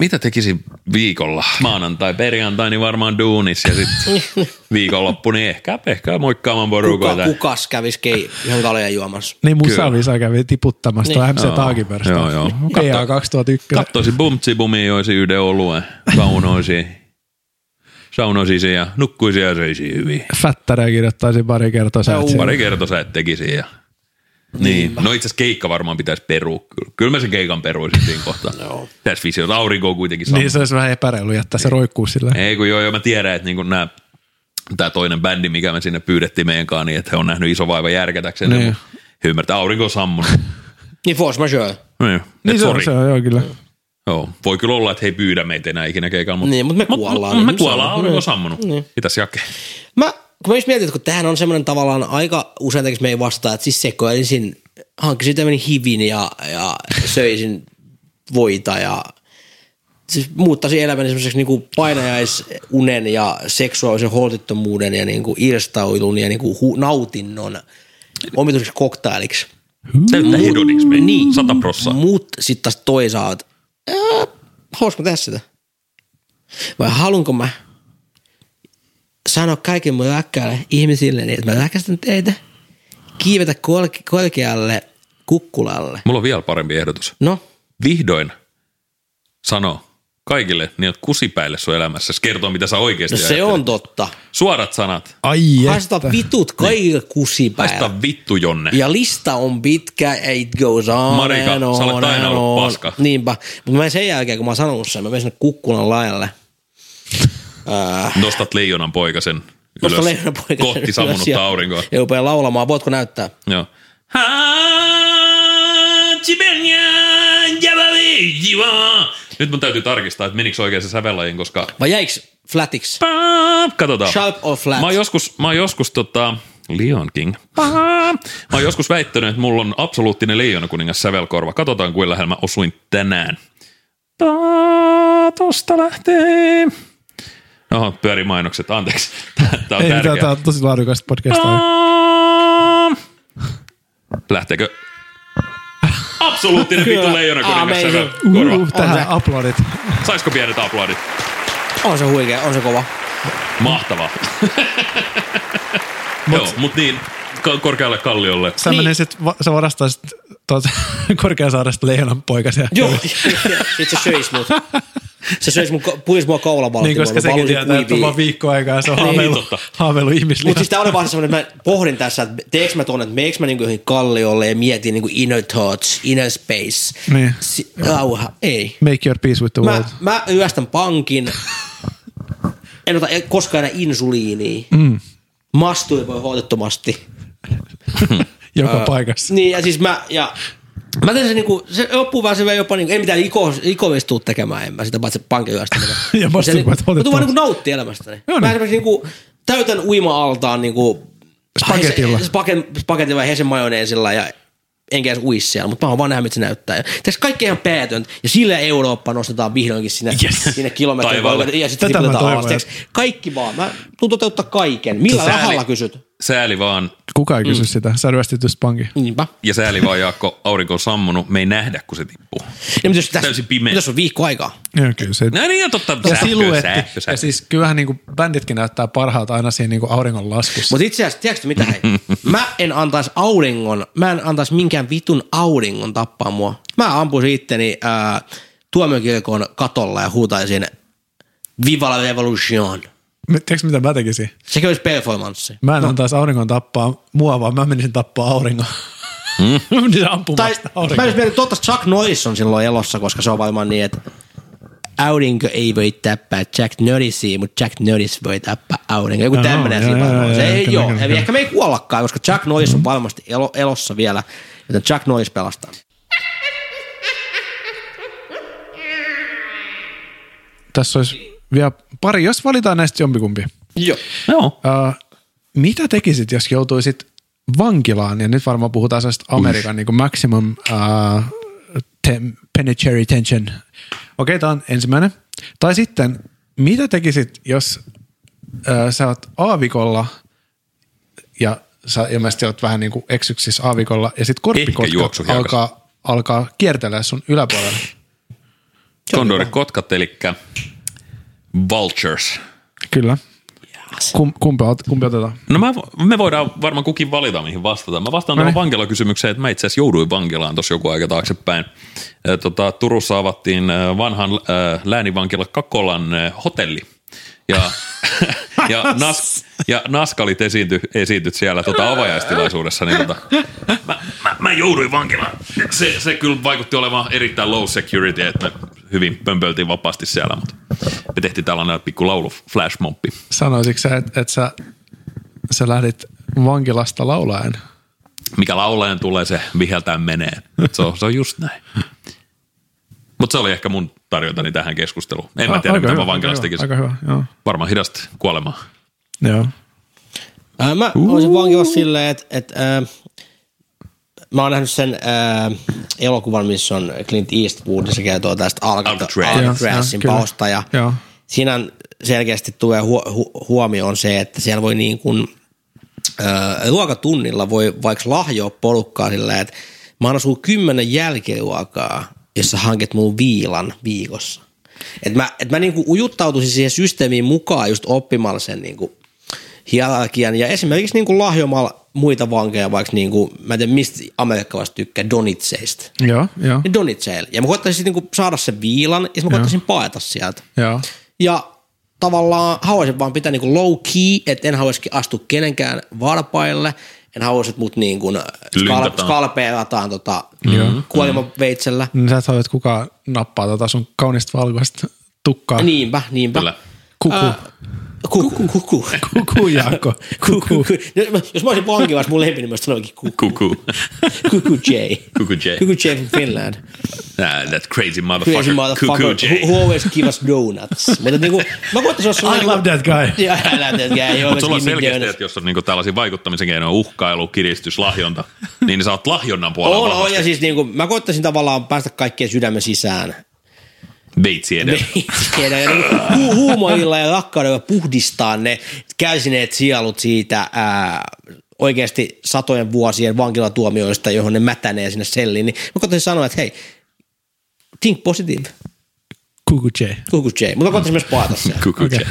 Speaker 1: Mitä tekisin viikolla? Maanantai, perjantai, niin varmaan duunis ja sitten viikonloppu, niin ehkä, ehkä moikkaamaan
Speaker 2: Kuka,
Speaker 1: porukoita.
Speaker 2: kukas kävis kei, johon kaleja juomassa?
Speaker 3: Niin mun
Speaker 1: Kyllä.
Speaker 3: savisa kävi tiputtamassa niin. MC Taakiperstä.
Speaker 1: joo, joo.
Speaker 3: PA 2001.
Speaker 1: Kattoisin bumtsibumia, joisi yhden oluen, saunoisi, saunoisi ja nukkuisi ja söisi hyvin.
Speaker 3: Fättärä kirjoittaisin pari kertaa sä et
Speaker 2: Juu.
Speaker 3: sen-
Speaker 1: Pari kertaa sä et tekisi ja... Niin. No itse asiassa keikka varmaan pitäisi perua. Kyllä, kyllä mä sen keikan peruisin siinä kohtaa.
Speaker 2: Joo.
Speaker 1: Tässä visio, aurinko on kuitenkin sama.
Speaker 3: Niin se olisi vähän epäreilu jättää se roikkuu sillä.
Speaker 1: Niin. Ei kun joo, joo mä tiedän, että niinku nämä tämä toinen bändi, mikä me sinne pyydettiin meidän kanssa, niin että he on nähnyt iso vaiva järkätäkseen.
Speaker 3: Niin.
Speaker 1: Niin. Ymmärtää, aurinko on sammunut.
Speaker 2: Niin force majeure.
Speaker 1: niin,
Speaker 3: Niin
Speaker 1: et
Speaker 3: se on,
Speaker 1: sori.
Speaker 3: se on, joo kyllä.
Speaker 1: Joo, voi kyllä olla, että he ei pyydä meitä enää ikinä keikalla, mutta
Speaker 2: Niin, mut me
Speaker 1: Mut,
Speaker 2: kuollaan, niin
Speaker 1: me
Speaker 2: se
Speaker 1: kuollaan,
Speaker 2: on.
Speaker 1: aurinko
Speaker 2: Niin.
Speaker 1: on sammunut. Niin. Pitäisi jakea.
Speaker 2: Mä, kun mä just mietin, että kun tämähän on semmoinen tavallaan aika usein tekis me ei vastaa, että siis sekoilisin, hankkisin tämmöinen hivin ja, ja söisin voita ja siis muuttaisin elämäni semmoiseksi niinku painajaisunen ja seksuaalisen holtittomuuden ja niinku irstauilun ja niinku hu- nautinnon omituiseksi koktailiksi.
Speaker 1: Täyttä hedonismi, niin. sata prossaa.
Speaker 2: Mut sitten taas toisaalta, ää, haluaisinko tehdä sitä? Vai haluanko mä sanoa kaikille mun läkkäille ihmisille, niin että mä läkästän teitä, kiivetä kolke- korkealle kukkulalle.
Speaker 1: Mulla on vielä parempi ehdotus.
Speaker 2: No,
Speaker 1: Vihdoin sano kaikille, niin että kusipäille sun elämässä. Se kertoo, mitä sä oikeasti
Speaker 2: no se on totta.
Speaker 1: Suorat sanat.
Speaker 3: Ai
Speaker 2: Haista vitut
Speaker 1: Niin.
Speaker 2: kaikille kusipäivä.
Speaker 1: Haista vittu, Jonne.
Speaker 2: Ja lista on pitkä, ja it goes on
Speaker 1: Marika,
Speaker 2: and on
Speaker 1: sä olet aina
Speaker 2: and
Speaker 1: ollut
Speaker 2: on.
Speaker 1: paska.
Speaker 2: Niinpä. Mutta mä sen jälkeen, kun mä oon sanonut sen, mä menen sinne kukkulan laajalle. Ää,
Speaker 1: Nostat leijonan poikasen ylös.
Speaker 2: Tuosta leijonapoika.
Speaker 1: Kohti sammunutta aurinkoa.
Speaker 2: Ja rupeaa laulamaan. Voitko näyttää?
Speaker 1: Joo. Hatsibenjan jäbäleijiva. Nyt mun täytyy tarkistaa, että menikö oikein se sävellajin, koska...
Speaker 2: Vai jäiks flatiksi?
Speaker 1: Pää, Katsotaan.
Speaker 2: Sharp or flat?
Speaker 1: Mä oon joskus, mä oon joskus tota, Leon King. Pää. Mä oon joskus väittänyt, että mulla on absoluuttinen leijonakuningas sävelkorva. Katsotaan, kuin lähellä mä osuin tänään. Pää, tosta lähtee. Oho, pyöri mainokset, anteeksi. Tää on
Speaker 3: Ei
Speaker 1: tärkeä.
Speaker 3: mitään, tää on tosi laadukasta podcastia.
Speaker 1: Lähteekö? Absoluuttinen vittu leijona kuningas
Speaker 2: Amazing.
Speaker 1: sävel.
Speaker 3: Uh,
Speaker 1: Korva.
Speaker 3: tähän aplodit.
Speaker 1: Saisiko pienet aplodit?
Speaker 2: On se huikea, on se kova.
Speaker 1: Mahtavaa. Joo, mut niin, ka- korkealle kalliolle.
Speaker 3: Sä, niin. menisit, va- sä varastaisit tuolta Korkeasaaresta leijonan poikasia. Niin,
Speaker 2: Joo, sit se söis mut. Se söis mun, ko- pulis mua kaulavaltimua.
Speaker 3: Niin, koska
Speaker 2: mä
Speaker 3: sekin
Speaker 2: valusin
Speaker 3: tietää, että on
Speaker 2: kuiviin.
Speaker 3: vaan viikko aikaa ja se on haaveilu,
Speaker 1: Niin. totta.
Speaker 3: haaveilu
Speaker 2: Mutta siis
Speaker 3: ihmislihasta.
Speaker 2: tää oli vaan semmoinen, että mä pohdin tässä, että teekö mä tuonne, että meekö mä niinku johonkin kalliolle ja mietin niinku inner thoughts, inner space.
Speaker 3: Niin.
Speaker 2: Si- auha, ei.
Speaker 3: Make your peace with the
Speaker 2: Mä,
Speaker 3: world.
Speaker 2: mä yöstän pankin. en ota koskaan enää insuliinia. Mm. Masturboi hoidottomasti.
Speaker 3: joka paikassa.
Speaker 2: Niin, ja siis mä, ja Mä tein se niinku, se loppuun vaan se vei jopa niinku, ei mitään iko, ikovistuu tekemään, en mä sitä paitsi pankin yöstä.
Speaker 3: Ja
Speaker 2: Se niinku-
Speaker 3: masturboit
Speaker 2: Mä tuun vaan
Speaker 3: hoidettavaksi.
Speaker 2: niinku nautti elämästäni.
Speaker 3: Joo,
Speaker 2: Mä
Speaker 3: niin.
Speaker 2: esimerkiksi niinku täytän uima-altaan niinku
Speaker 3: Spagetilla.
Speaker 2: Hese- Spake, spaketilla ja hesen majoneesilla ja enkä edes ui siellä, mutta mä oon vaan nähdä, mitä se näyttää. Ja tässä kaikki ihan päätöntä. Ja sillä Eurooppa nostetaan vihdoinkin sinne, yes. sinne kilometrin
Speaker 1: Taivaalle.
Speaker 2: ja sitten
Speaker 3: Tätä mä
Speaker 2: tiputetaan alas.
Speaker 3: toivon,
Speaker 2: Tiiäks, Kaikki vaan. Mä tuun toteuttaa kaiken. Millä
Speaker 1: Sääli.
Speaker 2: rahalla kysyt?
Speaker 1: Sääli vaan,
Speaker 3: Kuka ei kysy mm. sitä. Sä ryöstit just pankin.
Speaker 2: Niinpä.
Speaker 1: ja sääli vaan Jaakko, aurinko on sammunut, me ei nähdä, kun se tippuu.
Speaker 2: Ja mitä jos tässä,
Speaker 1: Täysin pimeä.
Speaker 2: mitä jos on viikko aikaa?
Speaker 3: Joo, kyllä se.
Speaker 1: No niin, ja totta,
Speaker 3: Ja
Speaker 1: sähkö,
Speaker 3: siluetti.
Speaker 1: sähkö, sähkö.
Speaker 3: Ja siis kyllähän niinku bänditkin näyttää parhaalta aina siinä niinku auringon laskussa.
Speaker 2: Mutta itse asiassa, tiedätkö mitä hei? Mä en antaisi auringon, mä en antaisi minkään vitun auringon tappaa mua. Mä ampuisin itteni ää, tuomiokirkon katolla ja huutaisin Viva la revolution.
Speaker 3: Mut Tiedätkö mitä mä tekisin?
Speaker 2: Sekin olisi performanssi.
Speaker 3: Mä en no. antaisi auringon tappaa mua, vaan mä menisin tappaa auringon. Mm. Niitä ampumaan
Speaker 2: Tai
Speaker 3: sitä
Speaker 2: mä
Speaker 3: aurinkoa.
Speaker 2: olisin mennyt totta Chuck Norris on silloin elossa, koska se on varmaan niin, että aurinko ei voi tappaa Jack Norrisia, mutta Jack Norris voi tappaa aurinko. Joku
Speaker 3: Joo,
Speaker 2: tämmöinen
Speaker 3: joo,
Speaker 2: siinä
Speaker 3: joo,
Speaker 2: varmaan.
Speaker 3: joo,
Speaker 2: Se
Speaker 3: joo,
Speaker 2: ei
Speaker 3: kyllä,
Speaker 2: joo.
Speaker 3: kyllä,
Speaker 2: Eli
Speaker 3: kyllä. Mm-hmm.
Speaker 2: ehkä me ei kuollakaan, koska Chuck Norris on varmasti elo, elossa vielä, joten Chuck Norris pelastaa.
Speaker 3: Tässä olisi vielä pari, jos valitaan näistä jompikumpi.
Speaker 2: Joo.
Speaker 1: Joo.
Speaker 3: Uh, mitä tekisit, jos joutuisit vankilaan, ja nyt varmaan puhutaan sellaista Amerikan niin maximum uh, tem- penitentiary tension. Okei, okay, tämä on ensimmäinen. Tai sitten, mitä tekisit, jos uh, sä oot aavikolla, ja sä ilmeisesti oot vähän niin kuin eksyksissä aavikolla, ja sitten korppikotka
Speaker 1: juoksuhiekas.
Speaker 3: alkaa, alkaa kiertellä sun yläpuolella.
Speaker 1: Kondori kotkat, eli vultures.
Speaker 3: Kyllä. Kum, kumpi, ot- kumpi otetaan?
Speaker 1: No mä, me voidaan varmaan kukin valita, mihin vastata. Mä vastaan tuohon
Speaker 3: niin.
Speaker 1: vankilakysymykseen, että mä itse asiassa jouduin vankilaan tuossa joku aika taaksepäin. Ö, Tota, Turussa avattiin ö, vanhan äh, läänivankila Kakolan ö, hotelli. Ja, ja, nas, ja naskalit esiinty, esiintyt siellä tota, avajaistilaisuudessa. Niin tota, mä, mä, mä, jouduin vankilaan. Se, se kyllä vaikutti olevan erittäin low security, että me hyvin pömpöltiin vapaasti siellä, mutta me tehtiin tällainen pikku laulu flashmobbi.
Speaker 3: Sanoisitko sä, että et sä, sä lähdit vankilasta laulaen?
Speaker 1: mikä laulajan tulee, se viheltään menee. Se on, se on just näin. Mutta se oli ehkä mun tarjotani tähän keskusteluun. En mä tiedä,
Speaker 3: Ah, Aika
Speaker 1: mitä
Speaker 3: hyvä,
Speaker 1: mä vankilasta
Speaker 3: aika
Speaker 1: tekisin.
Speaker 3: hyvä, Aika hyvä, joo.
Speaker 1: Varmaan hidasta kuolemaa.
Speaker 3: joo.
Speaker 2: Ää, mä uh. olisin vankilassa silleen, että et, ää, mä oon nähnyt sen ää, elokuvan, missä on Clint Eastwood, ja se kertoo tästä Alcatra-
Speaker 1: Alcatraz.
Speaker 2: Alcatrazin
Speaker 3: Joo, joo,
Speaker 2: paosta. Ja
Speaker 3: kyllä. Joo.
Speaker 2: siinä on selkeästi tulee hu- hu- huomioon se, että siellä voi niin kuin, ää, ruokatunnilla voi vaikka lahjoa porukkaa sillä, että mä annan sulle kymmenen jälkiruokaa, jos sä hanket mun viilan viikossa. Et mä, et mä niinku ujuttautuisin siihen systeemiin mukaan just oppimalla sen niinku hierarkian ja esimerkiksi niinku lahjomalla muita vankeja, vaikka niinku, mä en tiedä mistä amerikkalaiset tykkää donitseista.
Speaker 3: Joo, joo,
Speaker 2: Ne donitseille. Ja mä koittaisin sit niinku saada sen viilan ja sit mä koittaisin paeta sieltä.
Speaker 3: joo.
Speaker 2: Ja tavallaan haluaisin vaan pitää niin low key, että en haluaisi astua kenenkään varpaille, en haluaisi, että mut niin kuin skal,
Speaker 1: Lyntätään.
Speaker 2: skalpeerataan tota, mm-hmm. kuolemaveitsellä.
Speaker 1: Mm-hmm.
Speaker 3: No Sä et halua, että kukaan nappaa tota sun kaunista valkoista tukkaa.
Speaker 2: Niinpä, niinpä.
Speaker 1: Kyllä.
Speaker 3: Kuku,
Speaker 2: Kuku, kuku. kuku.
Speaker 3: kuku, Jaakko.
Speaker 2: Kuku.
Speaker 3: Kuku.
Speaker 2: No, Jos mä olisin vankilassa, mun lempinimi olisi sanoikin kuku.
Speaker 1: Kuku.
Speaker 2: Kuku J.
Speaker 1: Kuku J.
Speaker 2: Kuku J from Finland.
Speaker 1: Ah, That crazy motherfucker.
Speaker 2: Crazy
Speaker 1: Kuku
Speaker 2: motherfucker
Speaker 1: J.
Speaker 2: who- who always give us donuts. Mutta niinku, mä koittaisin olla
Speaker 3: I love that guy.
Speaker 2: Yeah, I love that guy.
Speaker 1: Mutta sulla on selkeästi, että jos on niinku tällaisia vaikuttamisen keinoja, uhkailu, kiristys, lahjonta, niin sä oot lahjonnan puolella
Speaker 2: On, on,
Speaker 1: vahvasti.
Speaker 2: ja siis niin kuin, mä koittaisin tavallaan päästä kaikkien sydämen sisään.
Speaker 1: Veitsi edellä.
Speaker 2: Tiedän, ja niin kuin hu- huumorilla ja rakkaudella puhdistaa ne kärsineet sielut siitä ää, oikeasti satojen vuosien vankilatuomioista, johon ne mätänee sinne selliin. Niin mä koittaisin sanoa, että hei, think positive,
Speaker 3: Kuku J.
Speaker 2: kuku J. Mutta mä koittaisin myös paata sen.
Speaker 1: Kuku J.
Speaker 3: Okei.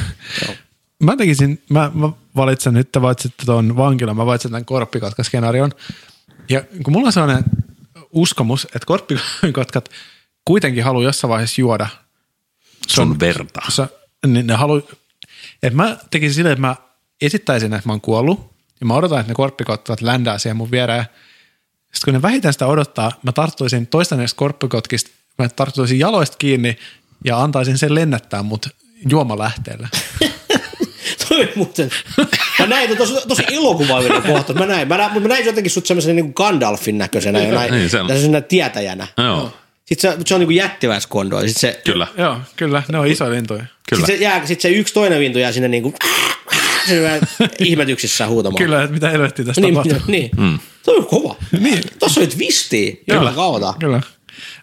Speaker 3: Mä tekisin, mä, mä valitsen nyt, te valitsitte tuon vankilan, mä valitsen tämän korppikotkaskenaarion. Ja kun mulla on sellainen uskomus, että korppikotkat kuitenkin haluaa jossain vaiheessa juoda
Speaker 1: Sun verta.
Speaker 3: Sä, niin ne halu, että mä tekisin silleen, että mä esittäisin, että mä oon kuollut, ja mä odotan, että ne korppikotkat ländää siihen mun viereen. Sitten kun ne vähiten sitä odottaa, mä tarttuisin toista näistä korppikotkista, mä tarttuisin jaloista kiinni ja antaisin sen lennättää mut juomalähteellä.
Speaker 2: oli muuten. Mä näin, tosi, tosi elokuvaavinen kohta. Mä näin, mä näin, mutta mä näin jotenkin sut semmoisen niin Gandalfin näköisenä jonain,
Speaker 1: Niin,
Speaker 2: niin,
Speaker 1: se on.
Speaker 2: semmoisena tietäjänä.
Speaker 1: Joo,
Speaker 2: Sitten se, se on niin kuin jättiläiskondo. Sitten se,
Speaker 1: kyllä,
Speaker 3: Joo, kyllä, ne on isoja lentoja.
Speaker 1: kyllä.
Speaker 2: Sitten se, jää, sit se yksi toinen vintu jää sinne niin kuin, ihmetyksissä huutamaan.
Speaker 3: Kyllä, että mitä helvettiä tässä
Speaker 2: Niin,
Speaker 3: tapahtuu.
Speaker 2: niin. Mm. Tuo on kova. Niin. Tuossa oli twistiä. Kyllä kautta.
Speaker 3: Kyllä.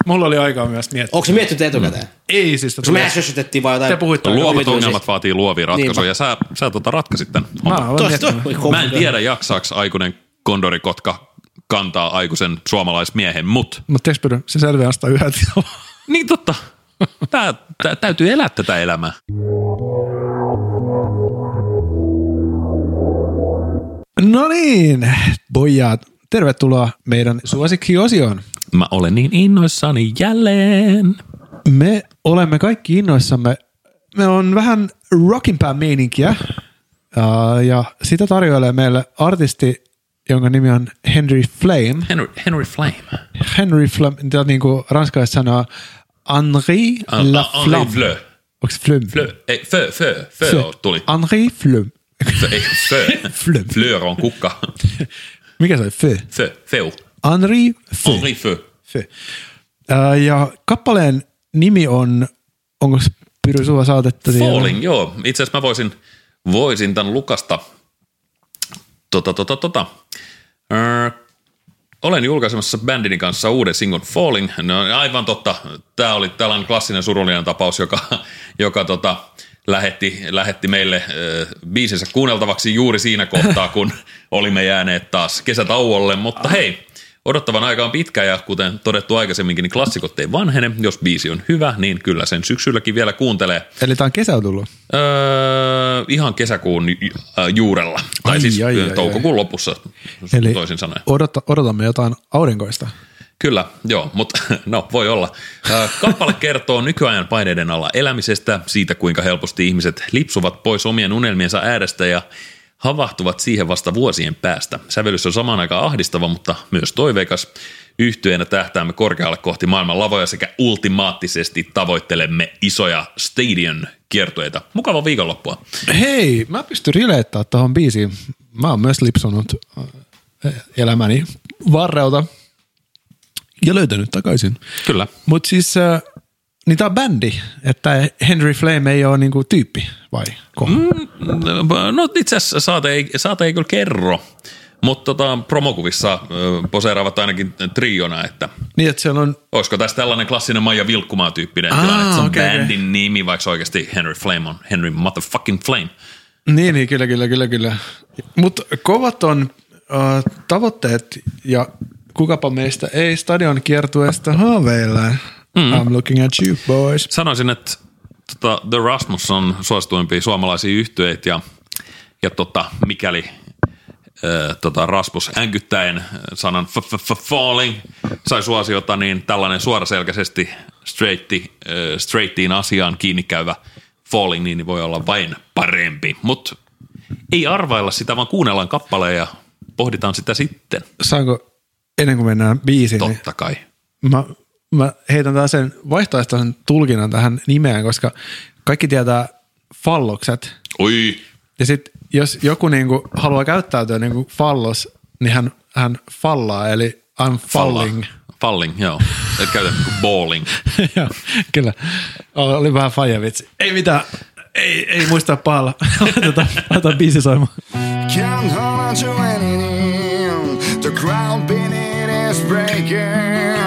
Speaker 3: Mulla oli aikaa myös miettiä.
Speaker 2: Onko se miettinyt etukäteen? Mm.
Speaker 3: Ei siis.
Speaker 2: Onko me sössytettiin vai jotain?
Speaker 3: Te puhuitte.
Speaker 1: Luovat
Speaker 2: Omituisia.
Speaker 1: ongelmat vaatii luovia ratkaisuja.
Speaker 2: Niinpä.
Speaker 1: Ja sä, sä tota ratkaisit tämän
Speaker 3: Mä,
Speaker 1: homman.
Speaker 3: oon
Speaker 2: Tuossa toi
Speaker 3: miettinyt.
Speaker 2: oli kova.
Speaker 1: Mä en tiedä jaksaaks aikuinen kondorikotka kantaa aikuisen suomalaismiehen, mut.
Speaker 3: Mutta teks Pyry, se selviää vasta yhä.
Speaker 1: Niin totta. Tää, tää, täytyy elää tätä elämää.
Speaker 3: no niin, pojat. Tervetuloa meidän suosikkiosioon.
Speaker 1: Mä olen niin innoissani jälleen.
Speaker 3: Me olemme kaikki innoissamme. Me on vähän rockinpää meininkiä Äh, ja sitä tarjoilee meille artisti, jonka nimi on Henry Flame.
Speaker 1: Henry, Henry Flame.
Speaker 3: Henry Flame, tämä niin kuin ranskalaiset sanoo, Henri
Speaker 1: An-
Speaker 3: La
Speaker 1: An- Ah, Henri
Speaker 3: Flamme.
Speaker 1: Fleu.
Speaker 3: Onko se Flöm?
Speaker 1: Flö, ei, fö, fö, fö, fö. tuli.
Speaker 3: Henri Flöm.
Speaker 1: Fö, ei, fö.
Speaker 3: Flö.
Speaker 1: Fleur on kukka.
Speaker 3: Mikä se oli? Fö.
Speaker 1: Fö, feu.
Speaker 3: Henri Fö.
Speaker 1: Henri fö.
Speaker 3: Fö. Äh, ja kappaleen nimi on, onko se Pyry sulla saatetta? siellä?
Speaker 1: Falling, joo. Itse asiassa mä voisin, voisin tämän Lukasta, tota, tota, tota. Ö, olen julkaisemassa bändini kanssa uuden singun Falling. No aivan totta, tämä oli tällainen klassinen surullinen tapaus, joka, joka tota, lähetti, lähetti meille ö, biisinsä kuunneltavaksi juuri siinä kohtaa, kun olimme jääneet taas kesätauolle. Mutta hei, Odottavan aika on pitkä ja kuten todettu aikaisemminkin, niin klassikot ei vanhene. Jos biisi on hyvä, niin kyllä sen syksylläkin vielä kuuntelee.
Speaker 3: Eli tämä on kesällä tullut.
Speaker 1: Öö, ihan kesäkuun ju- äh, juurella, tai
Speaker 3: Ai,
Speaker 1: siis
Speaker 3: ai, ai,
Speaker 1: toukokuun lopussa
Speaker 3: Eli
Speaker 1: Eli... toisin sanoen.
Speaker 3: Odota, odotamme jotain aurinkoista.
Speaker 1: Kyllä, joo, mutta no voi olla. Ö, Kappale kertoo nykyajan paineiden alla elämisestä, siitä kuinka helposti ihmiset lipsuvat pois omien unelmiensa äärestä ja havahtuvat siihen vasta vuosien päästä. Sävellys on samaan aikaan ahdistava, mutta myös toiveikas. Yhtyenä tähtäämme korkealle kohti maailman lavoja sekä ultimaattisesti tavoittelemme isoja stadion kiertoita. Mukava viikonloppua.
Speaker 3: Hei, mä pystyn rileittämään tuohon biisiin. Mä oon myös lipsunut äh, elämäni varrelta ja löytänyt takaisin.
Speaker 1: Kyllä.
Speaker 3: Mutta siis, äh, niin tää on bändi, että Henry Flame ei ole niinku tyyppi, vai? Mm.
Speaker 1: No itse asiassa saate ei, saate ei kyllä kerro, mutta tota, promokuvissa ö, poseeraavat ainakin triona, että
Speaker 3: Niin, että siellä on,
Speaker 1: olisiko tässä tällainen klassinen Maija Vilkkumaa tyyppinen
Speaker 3: Aa,
Speaker 1: tilanne, että se on
Speaker 3: Ah, okei,
Speaker 1: okay,
Speaker 3: okei.
Speaker 1: bändin nimi, vaikka se oikeasti Henry Flame on Henry motherfucking Flame.
Speaker 3: niin, niin kyllä, kyllä, kyllä, kyllä. Mutta kovat on äh, tavoitteet ja kukapa meistä ei stadion kiertueesta haaveilla. Mm. I'm looking at you, boys.
Speaker 1: Sanoisin, että tota, The Rasmus on suosituimpia suomalaisia yhtyeitä ja, ja tota, mikäli ö, tota, Rasmus änkyttäen sanan f- f- f- falling sai suosiota, niin tällainen suoraselkäisesti straighti, ö, straightiin asiaan kiinni käyvä falling niin voi olla vain parempi. Mutta ei arvailla sitä, vaan kuunnellaan kappaleen ja pohditaan sitä sitten.
Speaker 3: Niin. Saanko, ennen kuin mennään biisiin, niin
Speaker 1: Totta kai.
Speaker 3: mä, mä heitän taas sen vaihtoehtoisen tulkinnan tähän nimeen, koska kaikki tietää fallokset.
Speaker 1: Oi,
Speaker 3: Ja sitten jos joku niinku haluaa käyttäytyä niinku fallos, niin hän, hän fallaa, eli I'm falling.
Speaker 1: Falling, joo. Et käytä niinku balling.
Speaker 3: Joo, kyllä. Oli, oli vähän fajavitsi. Ei mitään, ei, ei muista paalla. Laitetaan, laitetaan biisi soimaan.
Speaker 6: Can't hold on to any name. The crowd beneath is breaking.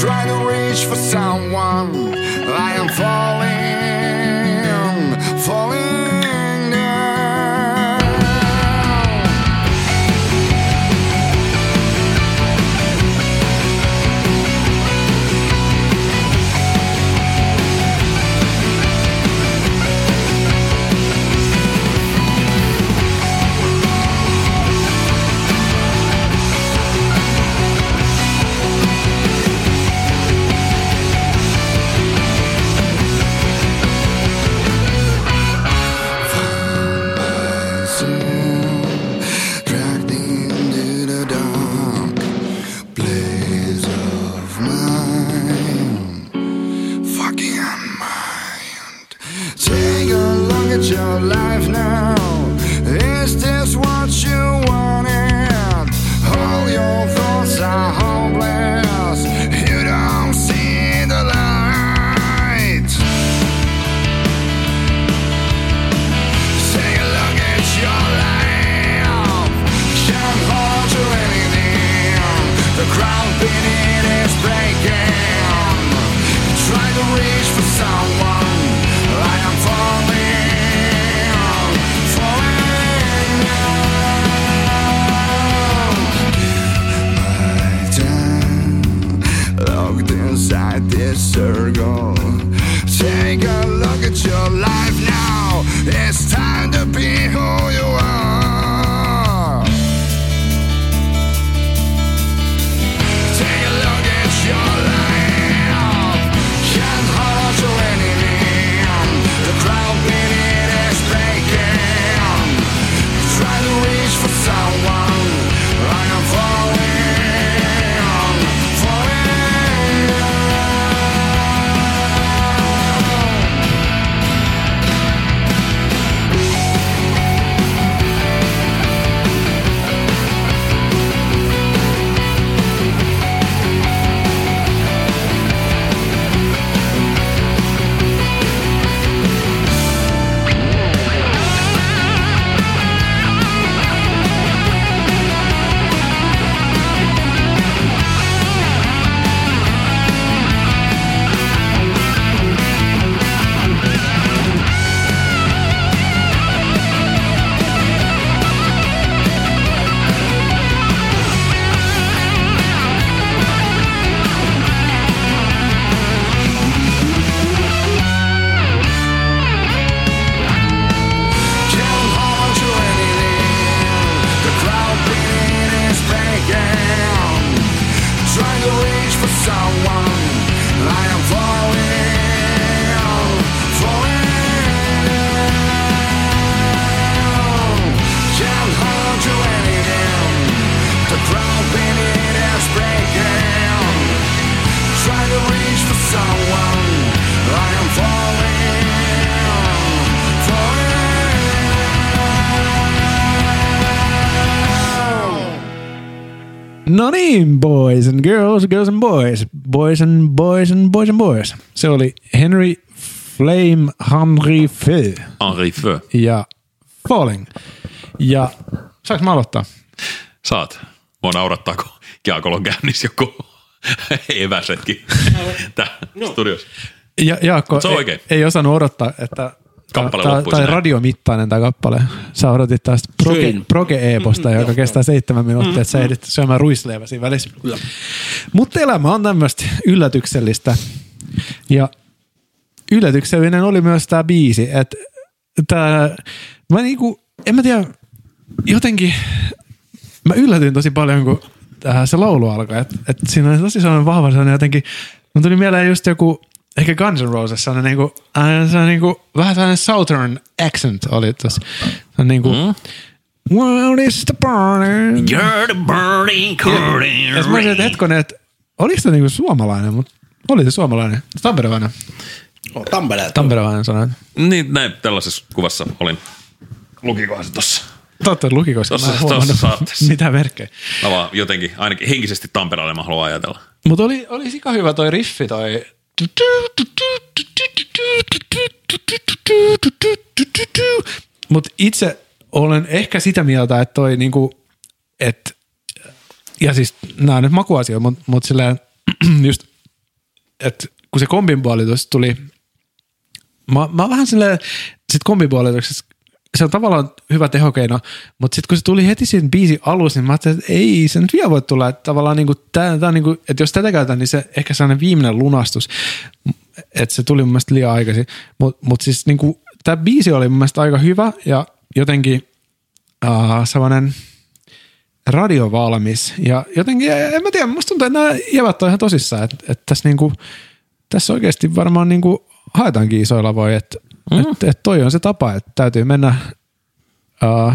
Speaker 6: Try to reach for someone. I am falling, falling down. someone. I am falling, falling now. Give my time. Locked inside this circle. Take a look at your life now. It's time to be who you are. Take a look at your life. Can't hold you anymore. The crowd beneath is breaking. Try to reach for someone. I am falling, falling. Can't hold you anything. The crowd beating is breaking. Trying to reach for someone. I am falling, falling. Can't hold you anything. The crowd beating is breaking. Trying to reach for someone. I am falling, falling.
Speaker 3: No niin, boys and girls, girls and boys, boys and boys and boys and boys. Se oli Henry Flame Henry Feu
Speaker 1: Henri Feu.
Speaker 3: ja Falling. Ja saanko mä aloittaa?
Speaker 1: Saat. Mua naurattaa, kun Jaakolla on käynnissä joku eväsetkin tää no. studios.
Speaker 3: Ja, Jaakko
Speaker 1: se on oikein.
Speaker 3: ei, ei osannut odottaa, että
Speaker 1: Kappale
Speaker 3: tämä
Speaker 1: loppuisi
Speaker 3: on
Speaker 1: näin.
Speaker 3: radiomittainen tämä kappale. Sä odotit tästä proge,
Speaker 2: Söin.
Speaker 3: proge-eeposta,
Speaker 1: Mm-hmm.
Speaker 3: joka kestää seitsemän minuuttia, että sä ehdit syömään ruisleivä siinä välissä. Mutta elämä on tämmöistä yllätyksellistä. Ja yllätyksellinen oli myös tämä biisi, että tää, mä niinku, en mä tiedä, jotenkin mä yllätyin tosi paljon, kun äh, se laulu alkoi. Et, et siinä oli tosi sellainen vahva sellainen jotenkin, mun tuli mieleen just joku, ehkä Guns N' Roses, sellainen, niinku, äh, sellainen niinku, vähän sellainen southern accent oli tuossa. Sellainen niinku, mm. Well, this is the burner.
Speaker 1: You're the burning curtain.
Speaker 3: Ja sit mä olisin, että hetkonen, että oliko se niinku suomalainen, mutta oli se suomalainen. Tamperevainen.
Speaker 2: No, Tampereelta.
Speaker 3: Tamperevainen sanoi.
Speaker 1: Niin, näin tällaisessa kuvassa olin. Lukikohan se tossa?
Speaker 3: Totta, luki, koska
Speaker 1: Tossa-
Speaker 3: mä en huomannut
Speaker 1: tossa saat.
Speaker 3: mitä merkkejä.
Speaker 1: Mä vaan jotenkin, ainakin henkisesti Tampereelle mä haluan ajatella.
Speaker 3: Mutta oli, oli sika hyvä toi riffi, toi... Mutta itse olen ehkä sitä mieltä, että toi niinku, että ja siis nämä on nyt makuasioita, mutta mut silleen just, että kun se kombinpuolitus tuli, mä, mä oon vähän silleen, sit kombinpuolituksessa, se on tavallaan hyvä tehokeino, mutta sitten kun se tuli heti siinä biisin alussa, niin mä ajattelin, että ei se nyt vielä voi tulla, että tavallaan niinku, tää, tää on niinku, että jos tätä käytetään, niin se ehkä sellainen viimeinen lunastus, että se tuli mun mielestä liian aikaisin, mutta mut siis niinku, tämä biisi oli mun mielestä aika hyvä ja jotenkin uh, sellainen radiovalmis. Ja jotenkin, en mä tiedä, musta tuntuu, että nämä jävät on ihan tosissaan, että, että tässä, niinku, tässä oikeasti varmaan niinku haetaankin isoja lavoja, että mm. et, et toi on se tapa, että täytyy mennä Uh,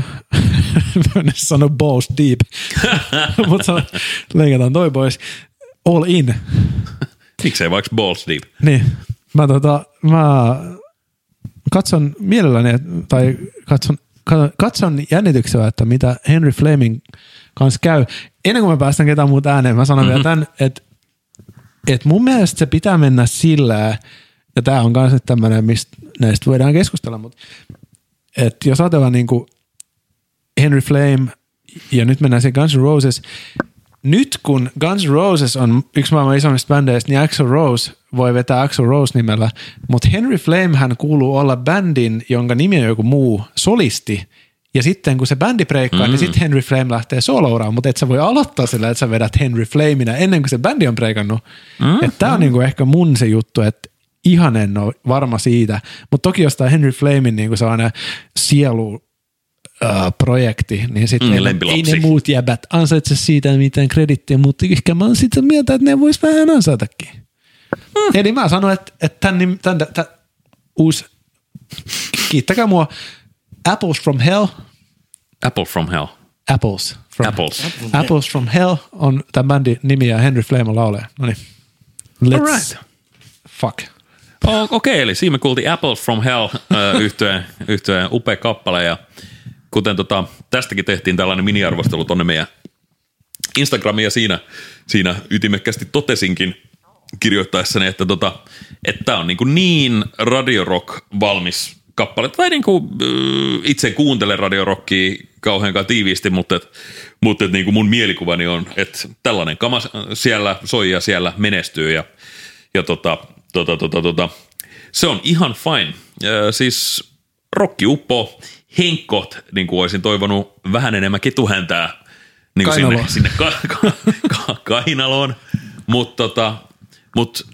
Speaker 3: sano balls deep, mutta leikataan toi pois. All in.
Speaker 1: Miksei vaikka balls deep?
Speaker 3: Niin. Mä, tota, mä katson mielelläni, et- tai katson, ka- katson jännityksellä, että mitä Henry Fleming kanssa käy. Ennen kuin mä päästän ketään muuta ääneen, mä sanon mm-hmm. vielä tämän, että et mun mielestä se pitää mennä sillä, ja tämä on myös tämmöinen, mistä näistä voidaan keskustella, mutta et jos niinku ajatellaan niin kuin Henry Flame, ja nyt mennään siihen Guns N' Roses, nyt kun Guns N' Roses on yksi maailman isommista bändeistä, niin Axl Rose voi vetää Axl Rose nimellä, mutta Henry Flame hän kuuluu olla bändin, jonka nimi on joku muu solisti, ja sitten kun se bändi breikkaa, mm. niin sitten Henry Flame lähtee solouraan, mutta et sä voi aloittaa sillä, että sä vedät Henry Flameina ennen kuin se bändi on breikannut. Mm. Tämä on niinku ehkä mun se juttu, että ihan en ole varma siitä, mutta toki jos tämä Henry Flamein niinku sellainen sielu äh, projekti, niin sitten
Speaker 1: Mm,
Speaker 3: ei, ei
Speaker 1: lempilapsi.
Speaker 3: ne muut jäbät ansaitse siitä mitään kredittiä, mutta ehkä mä oon sitä mieltä, että ne vois vähän ansaitakin.
Speaker 1: Hmm.
Speaker 3: Mm. Eli mä sanon, että, että tämän, nim- tämän, tämän, tämän uusi, kiittäkää mua, Apples from Hell,
Speaker 1: Apple from Hell.
Speaker 3: Apples from,
Speaker 1: Apples.
Speaker 3: Apples from Hell on tämän bändin nimi ja Henry Flame laulee. No niin. Let's
Speaker 1: Alright.
Speaker 3: fuck.
Speaker 1: Oh, Okei, okay, eli siinä me kuultiin Apple from Hell äh, yhteen, yhteen upea kappale ja kuten tota, tästäkin tehtiin tällainen miniarvostelu tonne meidän Instagramiin ja siinä, siinä ytimekkästi totesinkin kirjoittaessani, että tota, tämä on niin, kuin niin radiorock valmis kappale. Tai niin kuin, itse kuuntelen radiorockia kauheankaan tiiviisti, mutta, et, mutta et niin kuin mun mielikuvani on, että tällainen kama siellä soi ja siellä menestyy ja, ja tota, tota, tota, tota, se on ihan fine. Ö, siis rokki uppo, henkkot, niin kuin olisin toivonut vähän enemmän ketuhäntää niin kuin sinne,
Speaker 3: Kainaloon.
Speaker 1: sinne ka, ka, ka, kainaloon, mutta tota, mut,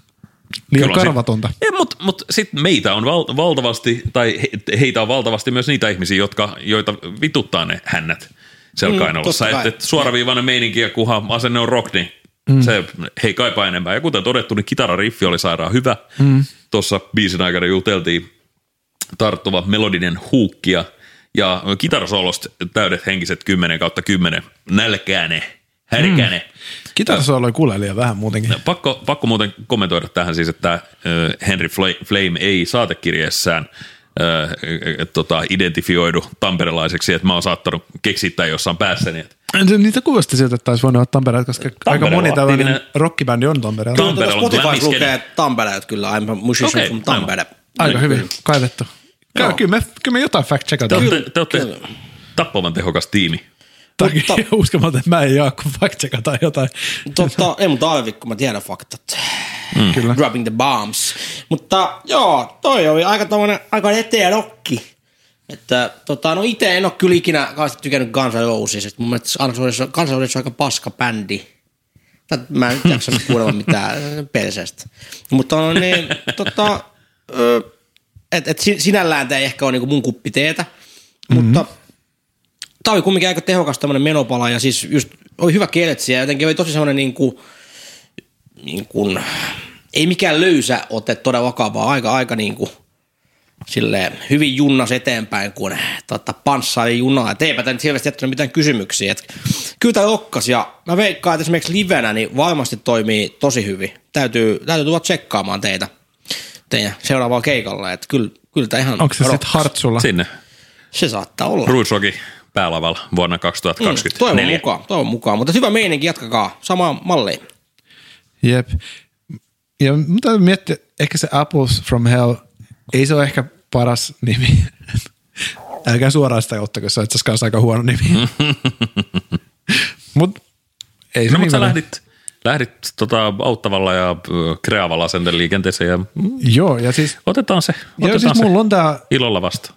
Speaker 3: Liian
Speaker 1: Kyllä on se-
Speaker 3: karvatonta.
Speaker 1: mutta mut sitten meitä on val, valtavasti, tai he, heitä on valtavasti myös niitä ihmisiä, jotka, joita vituttaa ne hännät siellä
Speaker 2: Mm,
Speaker 1: mm, kainalossa.
Speaker 2: totta
Speaker 1: Että
Speaker 2: kai.
Speaker 1: et suoraviivainen meininki ja kunhan asenne on rock, niin mm. se hei kaipaa enemmän. Ja kuten todettu, niin kitarariffi oli sairaan hyvä. Mm. Tuossa biisin aikana juteltiin tarttuva melodinen huukki ja, ja kitarasolosta täydet henkiset 10 kautta 10. Nälkäne, härkäne. Mm.
Speaker 3: Kitarasoloi kuulee liian vähän muutenkin.
Speaker 1: Pakko, pakko muuten kommentoida tähän siis, että ö, Henry Fla- Flame ei saatekirjeessään ö, ö, tota, identifioidu tamperelaiseksi, että mä oon saattanut keksiä tämän jossain päässäni. että
Speaker 3: Se- Niitä kuulosti siltä, että olisi voinut olla Tampereella, koska aika moni
Speaker 1: on
Speaker 3: tällainen
Speaker 1: aktiivinen-
Speaker 3: rockibändi on Tampereella.
Speaker 1: Kyllä.
Speaker 2: Tuota
Speaker 1: Tampereella on
Speaker 2: Spotify
Speaker 1: glammiskene.
Speaker 2: lukee Tampereet kyllä, I'm a musician
Speaker 1: Okei,
Speaker 2: okay, from
Speaker 1: aivan.
Speaker 2: Tampere.
Speaker 3: Aika hyvin kaivettu. Kyllä, kyllä, me, kyllä me jotain fact
Speaker 1: Te
Speaker 3: checkataan.
Speaker 1: olette, te olette tappavan tehokas tiimi.
Speaker 3: Mutta... Uskomaton, että mä en jaa, kun fact checkataan jotain.
Speaker 2: Totta, ei mun tarvi, kun mä tiedän faktat. Mm.
Speaker 3: Kyllä.
Speaker 2: Dropping the bombs. Mutta joo, toi oli aika tommonen, aika eteen rokki. Että tota, no ite en oo kyllä ikinä kauheasti tykännyt Guns N' Rosesista. Mun mielestä Guns N' Roses on- Guns N' Roses on aika paska bändi. Tää- Mä en nyt jaksa kuunnella mitään perseestä. Mutta no niin, tota, ö, et, et sin- sinällään tää ei ehkä ole niinku mun kuppiteetä, mutta mm-hmm tämä oli kumminkin aika tehokas tämmöinen menopala ja siis just oli hyvä kieletsi ja jotenkin oli tosi semmoinen niin kuin, niin kuin, ei mikään löysä ote todellakaan, vaan aika, aika niin kuin, silleen, hyvin junnas eteenpäin, kun tota, panssaili junaa. Et eipä tämä nyt hirveästi jättänyt mitään kysymyksiä. Et, kyllä tämä lokkas ja mä veikkaan, että esimerkiksi livenä niin varmasti toimii tosi hyvin. Täytyy, täytyy tulla tsekkaamaan teitä teidän seuraavaan keikalle. Et kyllä, kyllä tämä ihan...
Speaker 3: Onko se sitten
Speaker 2: rokkas.
Speaker 3: Hartsulla?
Speaker 1: Sinne
Speaker 2: Se saattaa olla.
Speaker 1: Ruisroki päälavalla vuonna
Speaker 2: Toivon
Speaker 3: Mm,
Speaker 1: 2024.
Speaker 2: mukaan, toivon mukaan. Mutta hyvä meininki, jatkakaa samaan malliin.
Speaker 3: Jep. Ja mun täytyy miettiä, ehkä se Apples from Hell, ei se ole ehkä paras nimi. Älkää suoraan sitä ottako, se on itse asiassa kanssa aika huono nimi. Mut ei se
Speaker 1: No,
Speaker 3: niin
Speaker 1: mutta sä
Speaker 3: väliä.
Speaker 1: lähdit, lähdit tota, auttavalla ja ö, kreavalla asenten liikenteeseen ja mm,
Speaker 3: Joo, ja siis,
Speaker 1: otetaan se, otetaan
Speaker 3: joo, siis
Speaker 1: se
Speaker 3: mulla on tää
Speaker 1: ilolla vastaan.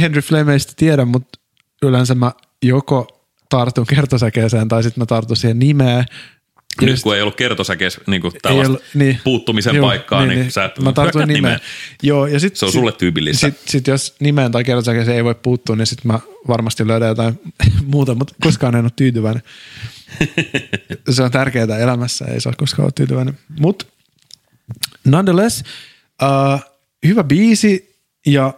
Speaker 3: Henry Flameista tiedä, mutta yleensä mä joko tartun kertosäkeeseen tai sitten mä tartun siihen nimeen. Ja
Speaker 1: Nyt
Speaker 3: just-
Speaker 1: Niin, kun ei ollut kertosäkees niin tällaista
Speaker 3: ollut- niin.
Speaker 1: puuttumisen
Speaker 3: Juu,
Speaker 1: paikkaa, niin, niin, sä
Speaker 3: mä tartuin
Speaker 1: hyökkäät
Speaker 3: nimeen. Joo, ja sit,
Speaker 1: Se on sulle tyypillistä.
Speaker 3: Sit, sit jos nimeen tai kertosäkeeseen ei voi puuttua, niin sit mä varmasti löydän jotain muuta, mutta koskaan en ole tyytyväinen. se on tärkeää elämässä, ei saa koskaan olla tyytyväinen. Mutta nonetheless, uh, hyvä biisi ja,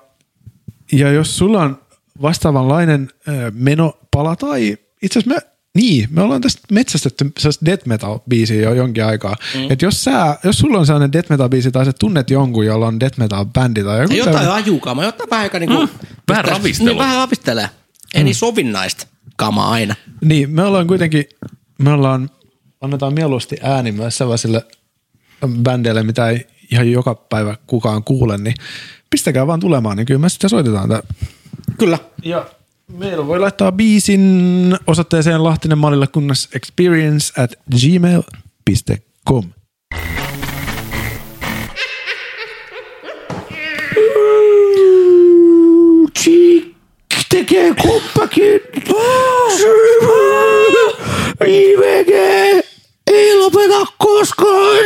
Speaker 3: ja jos sulla on vastaavanlainen uh, menopala tai itse asiassa me, niin, me ollaan tästä metsästetty sellaista death metal biisiä jo jonkin aikaa. Mm. Et jos, sä, jos sulla on sellainen death metal biisi tai sä tunnet jonkun, jolla on death metal bändi tai joku
Speaker 2: Ja jotain
Speaker 3: tämmönen-
Speaker 2: ajukamaa, jotain vähän aika niinku...
Speaker 1: Mm, vähän ravistelua. Mm.
Speaker 2: Niin, vähän ravistelee. Ei niin sovinnaista kamaa aina.
Speaker 3: Niin, me ollaan kuitenkin, me ollaan, annetaan mieluusti ääni myös sellaisille bändeille, mitä ei ihan joka päivä kukaan kuule, niin pistäkää vaan tulemaan, niin kyllä me sitä soitetaan tää.
Speaker 2: Kyllä.
Speaker 3: Ja Meillä voi laittaa biisin osoitteeseen lahtinen mallilla kunnas experience at gmail.com. tekee kuppakin. IVG ei lopeta koskaan.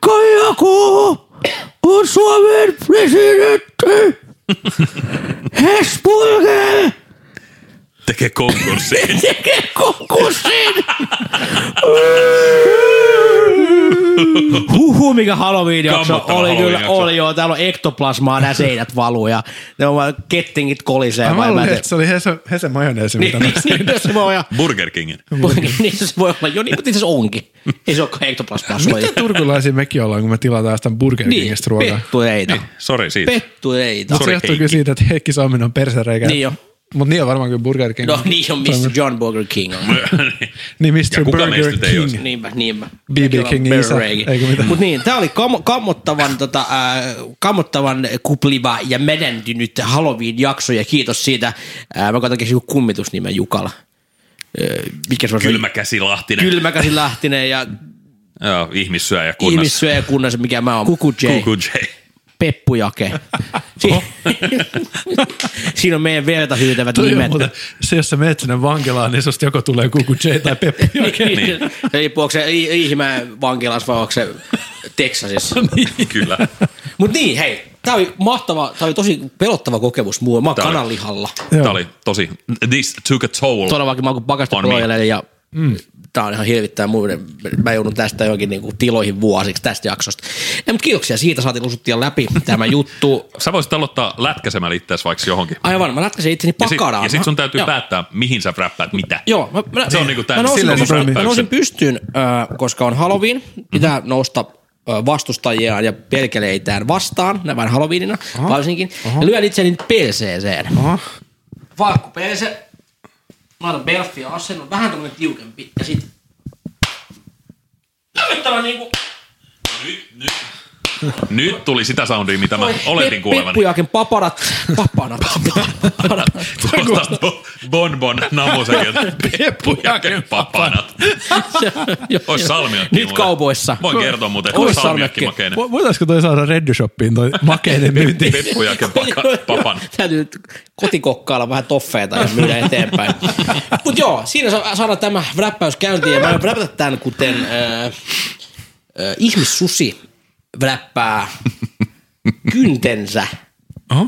Speaker 3: Kajaku on Suomen presidentti. Hespulge.
Speaker 1: Tekee konkurssin.
Speaker 3: konkurssin.
Speaker 2: Huhu, mikä Halloween jakso
Speaker 1: Kammottava
Speaker 2: oli
Speaker 1: Halloween
Speaker 2: kyllä,
Speaker 1: jakso.
Speaker 2: oli joo, täällä on ektoplasmaa, nämä seinät valuu ja ne on vaan kettingit kolisee.
Speaker 3: Mä
Speaker 2: vai mä
Speaker 3: luulin,
Speaker 2: teen-
Speaker 3: että se oli Hese, Hese majoneesi,
Speaker 2: Niin,
Speaker 3: mitä
Speaker 2: niin, niin, jos se voi olla-
Speaker 1: Burger Kingin.
Speaker 2: niin se voi olla, joo, niin, mutta itse asiassa onkin. Ei se olekaan ektoplasmaa
Speaker 3: Mitä turkulaisia mekin ollaan, kun me tilataan sitä Burger
Speaker 2: Niin,
Speaker 3: Kingistä ruokaa?
Speaker 2: pettureita.
Speaker 1: Sori siitä.
Speaker 2: Pettureita.
Speaker 3: Mutta Niin. se
Speaker 1: Sorry,
Speaker 3: johtuu kyllä
Speaker 1: Heikki.
Speaker 3: siitä, että Heikki Salminen on persereikä.
Speaker 2: Niin jo.
Speaker 3: Mutta niin on varmaan kyllä Burger King.
Speaker 2: No niin on Mr. John Burger King on.
Speaker 3: Niin
Speaker 1: Ja
Speaker 3: Mr.
Speaker 1: kuka meistä
Speaker 3: Burger
Speaker 1: nyt ei
Speaker 3: King.
Speaker 1: olisi?
Speaker 2: Niinpä, niinpä.
Speaker 3: B.B. Kingin isä, eikö mitään?
Speaker 2: Mut niin, tää oli kam- kammottavan, tota, äh, kammottavan kupliva ja menentynyt Halloween jakso ja kiitos siitä. Äh, mä koitan keksiä joku kummitusnimen Jukala. Äh, mikä se on?
Speaker 1: Kylmä käsi Lahtinen. Kyl...
Speaker 2: Kylmäkäsi Lähtinen ja
Speaker 1: Joo, ihmissyöjä kunnas. Ihmis...
Speaker 2: ihmissyöjä kunnas, mikä mä oon. Kuku J.
Speaker 1: Kuku J.
Speaker 2: Peppujake. Si- Siinä on meidän verta hyytävät
Speaker 3: Toi on
Speaker 2: nimet.
Speaker 3: muuten, se jos sä meet sinne vankilaan, niin susta joko tulee Kuku J tai Peppi.
Speaker 2: Niin. Riippuu, onko se I- Iihimäen vankilassa vai onko se Texasissa.
Speaker 1: Niin. Kyllä.
Speaker 2: Mutta niin, hei. Tämä oli mahtava, tämä oli tosi pelottava kokemus muu. Mä oon
Speaker 1: Tää oli-
Speaker 2: kananlihalla.
Speaker 1: Tämä oli tosi, this took a toll.
Speaker 2: Todellakin mä oon kun pakasta
Speaker 1: On niin. me.
Speaker 2: projeleen ja mm. tää on ihan hirvittää muiden. Mä joudun tästä johonkin niinku tiloihin vuosiksi tästä jaksosta. Ja, mutta kiitoksia siitä, saatiin lusuttia läpi tämä juttu.
Speaker 1: Sä voisit aloittaa lätkäsemällä itseäsi vaikka johonkin.
Speaker 2: Aivan, mä lätkäsin itseni
Speaker 1: Ja sit,
Speaker 2: pakaraan.
Speaker 1: ja sit sun
Speaker 2: Mä-
Speaker 1: täytyy
Speaker 2: joo.
Speaker 1: päättää, mihin sä räppäät mitä.
Speaker 2: Joo, mä, mä,
Speaker 1: Se on niinku tää-
Speaker 2: mä nousin,
Speaker 1: sillä
Speaker 3: se
Speaker 2: pystyyn,
Speaker 3: toimii.
Speaker 2: mä nousin pystyyn, ö, koska on Halloween. Pitää mm-hmm. nousta ö, vastustajiaan ja perkeleitään vastaan, näin vain Halloweenina varsinkin. Ja lyön itseni nyt perseeseen. Vaakku perse. Mä otan belfia asennon, vähän tämmönen tiukempi. Ja sit... Tämä niinku...
Speaker 1: Nyt tuli sitä soundia, mitä mä oletin kuulevani.
Speaker 2: Peppujakin paparat. Papanat. papanat.
Speaker 1: Tuosta bo- bonbon namusakin, peppujaken papanat.
Speaker 2: Joo,
Speaker 1: Ois
Speaker 2: joo.
Speaker 1: salmiakki
Speaker 2: Nyt
Speaker 1: muuten.
Speaker 2: kaupoissa.
Speaker 1: Voin kertoa muuten, että
Speaker 2: Ois
Speaker 1: ois salmiakki
Speaker 2: salmiakki.
Speaker 1: makeinen.
Speaker 3: Vo- Voitaisiko toi saada Reddy Shoppiin toi makeinen
Speaker 2: Niin.
Speaker 3: myynti?
Speaker 1: Peppujaken paka- papan.
Speaker 2: Täytyy nyt kotikokkailla vähän toffeita ja myydä eteenpäin. Mut joo, siinä sa- saadaan tämä räppäys käyntiin. Ja mä aion räpätä tämän, kuten äh, äh, ihmissusi räppää kyntensä äh,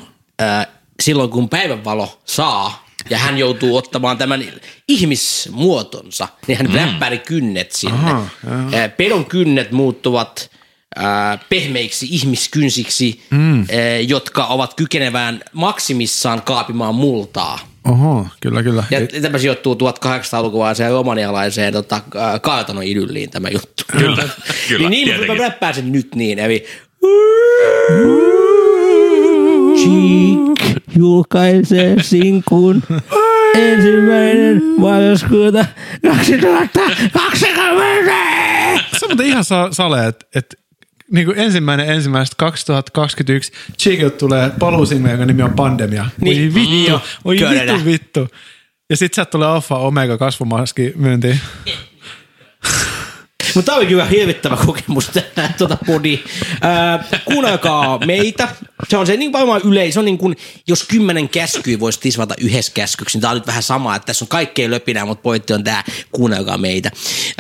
Speaker 2: silloin, kun päivänvalo saa. Ja hän joutuu ottamaan tämän ihmismuotonsa, niin hän mm. räppäri kynnet sinne. Aha, Pedon kynnet muuttuvat äh, pehmeiksi ihmiskynsiksi, mm. äh, jotka ovat kykenevään maksimissaan kaapimaan multaa.
Speaker 3: Oho, kyllä kyllä.
Speaker 2: Ja tämä sijoittuu 1800-lukulaiseen romanialaiseen tota, äh, kartanon idylliin tämä juttu.
Speaker 1: Kyllä, kyllä,
Speaker 2: niin, niin mä
Speaker 1: tietenkin.
Speaker 2: räppään sen nyt niin, eli
Speaker 7: Cheek julkaisee sinkun ensimmäinen marraskuuta 2020.
Speaker 3: Se on muuten ihan sa- sale, että et, niin kuin ensimmäinen ensimmäistä 2021 Chigot tulee paluusingle, jonka nimi on Pandemia.
Speaker 2: Niin.
Speaker 3: Niin. Oi vittu,
Speaker 2: Joo,
Speaker 3: oi
Speaker 2: kyllä.
Speaker 3: vittu, vittu. Ja sit sieltä tulee Alfa Omega kasvomaski myyntiin.
Speaker 2: Mutta tämä oli kyllä hirvittävä kokemus tämä tuota podi. Äh, kuunnelkaa meitä. Se on se niin varmaan yleis. Se on niin kuin, jos kymmenen käskyä voisi tisvata yhdessä käskyksi, niin tämä on nyt vähän sama, että tässä on kaikkea löpinää, mutta pointti on tämä, kuunnelkaa meitä.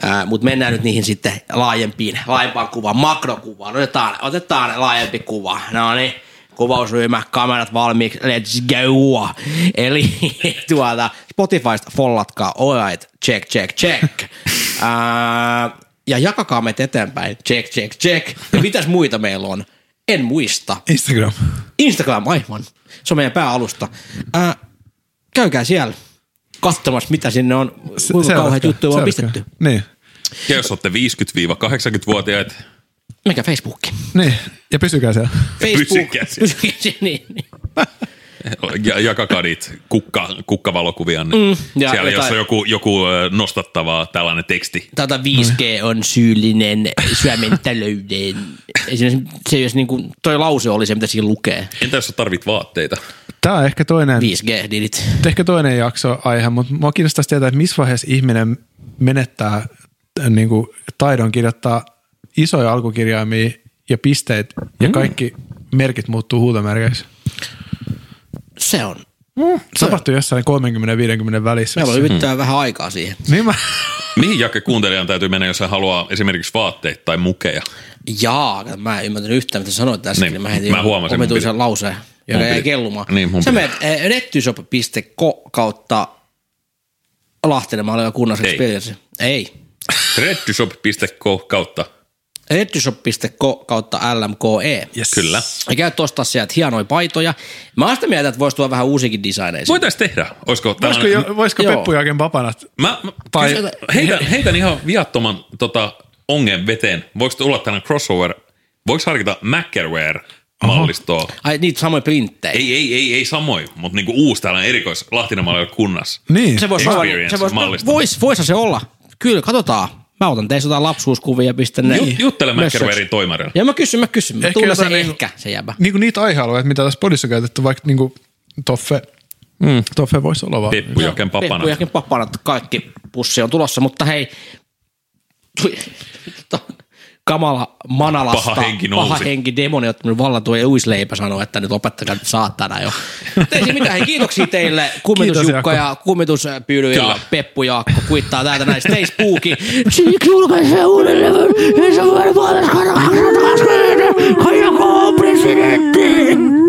Speaker 2: Äh, mutta mennään nyt niihin sitten laajempiin, laajempaan kuvaan, makrokuvaan. Otetaan, otetaan laajempi kuva. No niin kuvausryhmä, kamerat valmiiksi, let's go. Eli tuota, Spotifysta follatkaa, all right, check, check, check. Ää, ja jakakaa meitä eteenpäin, check, check, check. Ja mitäs muita meillä on? En muista.
Speaker 3: Instagram.
Speaker 2: Instagram aivan. Se on meidän pääalusta. Ää, käykää siellä katsomassa, mitä sinne on, kuinka kauheat juttuja on
Speaker 3: seuratkaa.
Speaker 2: pistetty.
Speaker 3: Niin.
Speaker 1: Ja jos olette 50-80-vuotiaat,
Speaker 2: Mekä Facebookiin.
Speaker 3: niin, ja pysykää siellä.
Speaker 1: Ja pysykää siellä.
Speaker 2: Pysykää siellä, niin, niin.
Speaker 1: ja, jakakaa niitä kukka, kukkavalokuvia, niin mm,
Speaker 2: ja
Speaker 1: siellä jos
Speaker 2: jotain-
Speaker 1: on joku, joku ö, nostattava tällainen teksti.
Speaker 2: Tata
Speaker 1: Niin.
Speaker 2: 5G on syyllinen Suomen talouteen. Esimerkiksi se, jos niinku, toi lause oli se, mitä siinä lukee.
Speaker 1: Entä jos sä tarvit vaatteita?
Speaker 3: Tämä on ehkä toinen,
Speaker 2: 5G-dilit.
Speaker 3: ehkä toinen jakso aihe, mutta mua kiinnostaisi tietää, että missä vaiheessa ihminen menettää äh, niin kuin, taidon kirjoittaa isoja alkukirjaimia ja pisteet ja
Speaker 2: Mm.
Speaker 3: kaikki merkit muuttuu huutomerkeiksi.
Speaker 2: Mm, Se on.
Speaker 3: Se tapahtuu jossain 30-50 välissä.
Speaker 2: Meillä on yrittää vähän aikaa siihen.
Speaker 3: Niin mä,
Speaker 1: Mihin Jakke kuuntelijan täytyy mennä, jos hän haluaa esimerkiksi vaatteita tai mukeja?
Speaker 2: Jaa, kato, mä en ymmärtänyt yhtään, mitä sanoit tässä.
Speaker 1: Niin,
Speaker 2: Niin, mä heti
Speaker 1: mä huomasin, mun
Speaker 2: ometuin
Speaker 1: piti-
Speaker 2: sen lauseen, joka
Speaker 1: mun
Speaker 2: jäi
Speaker 1: piti-
Speaker 2: kellumaan.
Speaker 1: Niin, mun
Speaker 2: Sä
Speaker 1: piti.
Speaker 2: menet eh, nettyshop.co kautta Lahtenemalla ja kunnas
Speaker 1: Ei.
Speaker 2: experience. Ei.
Speaker 1: Reddyshop.co kautta.
Speaker 2: Nettyshop.co kautta LMKE.
Speaker 1: Yes. Kyllä.
Speaker 2: E. Ja käyt ostaa sieltä hienoja paitoja. Mä oon sitä mieltä, että voisi tuoda vähän uusiakin designeja. sinne.
Speaker 1: Voitaisiin tehdä. Olisiko
Speaker 3: voisiko
Speaker 1: tällainen...
Speaker 3: jo, voisiko
Speaker 2: Joo.
Speaker 3: Peppu Jaaken papanat?
Speaker 1: Mä, mä
Speaker 3: Tai-
Speaker 1: tai... heitän, heitän ihan viattoman tota, ongen veteen. Voiko tulla tällainen crossover? Voiko harkita Mackerware-mallistoa?
Speaker 2: Ai niitä samoja printtejä.
Speaker 1: Ei, ei, ei, ei samoin, mutta niinku uusi tällainen erikois Lahtinamalla kunnas.
Speaker 3: Niin.
Speaker 2: Se voisi olla.
Speaker 1: Experience
Speaker 2: Se voisi,
Speaker 1: mallista.
Speaker 2: vois, voishan se olla. Kyllä, katsotaan. Mä otan teistä jotain lapsuuskuvia ja pistän ne.
Speaker 1: Jut, juttele
Speaker 2: mössöksi.
Speaker 1: Mackerwarein toimarilla.
Speaker 2: Ja mä kysyn, mä kysyn. Mä
Speaker 3: Ehkä
Speaker 2: tunnen sen
Speaker 3: jotain niinku-
Speaker 2: ehkä, se jäbä.
Speaker 3: Niin kuin niitä aihealueita, mitä tässä podissa on käytetty, vaikka niin kuin toffe, mm. toffe voisi olla vaan.
Speaker 1: Peppu Jaken papana.
Speaker 2: Peppujakin papanat, kaikki pussi on tulossa, mutta hei. Tui- tota, Kamala Manalasta.
Speaker 1: Paha henki nousi.
Speaker 2: Paha henki demoni otti minun vallan tuo ja Uisleipä sanoi, että nyt opettakaa nyt saatana jo. Mutta ei siinä mitään. Hei, kiitoksia teille. Kummitus
Speaker 3: Kiitos,
Speaker 2: Jukka ja kummitus äh, Pyydy ja
Speaker 1: Kyllä.
Speaker 2: Peppu Jaakko kuittaa täältä näin. Stay spooky.
Speaker 7: Siksi julkaisee uuden levyn ensi vuoden maaliskuun 2020 Kajakoo presidentti!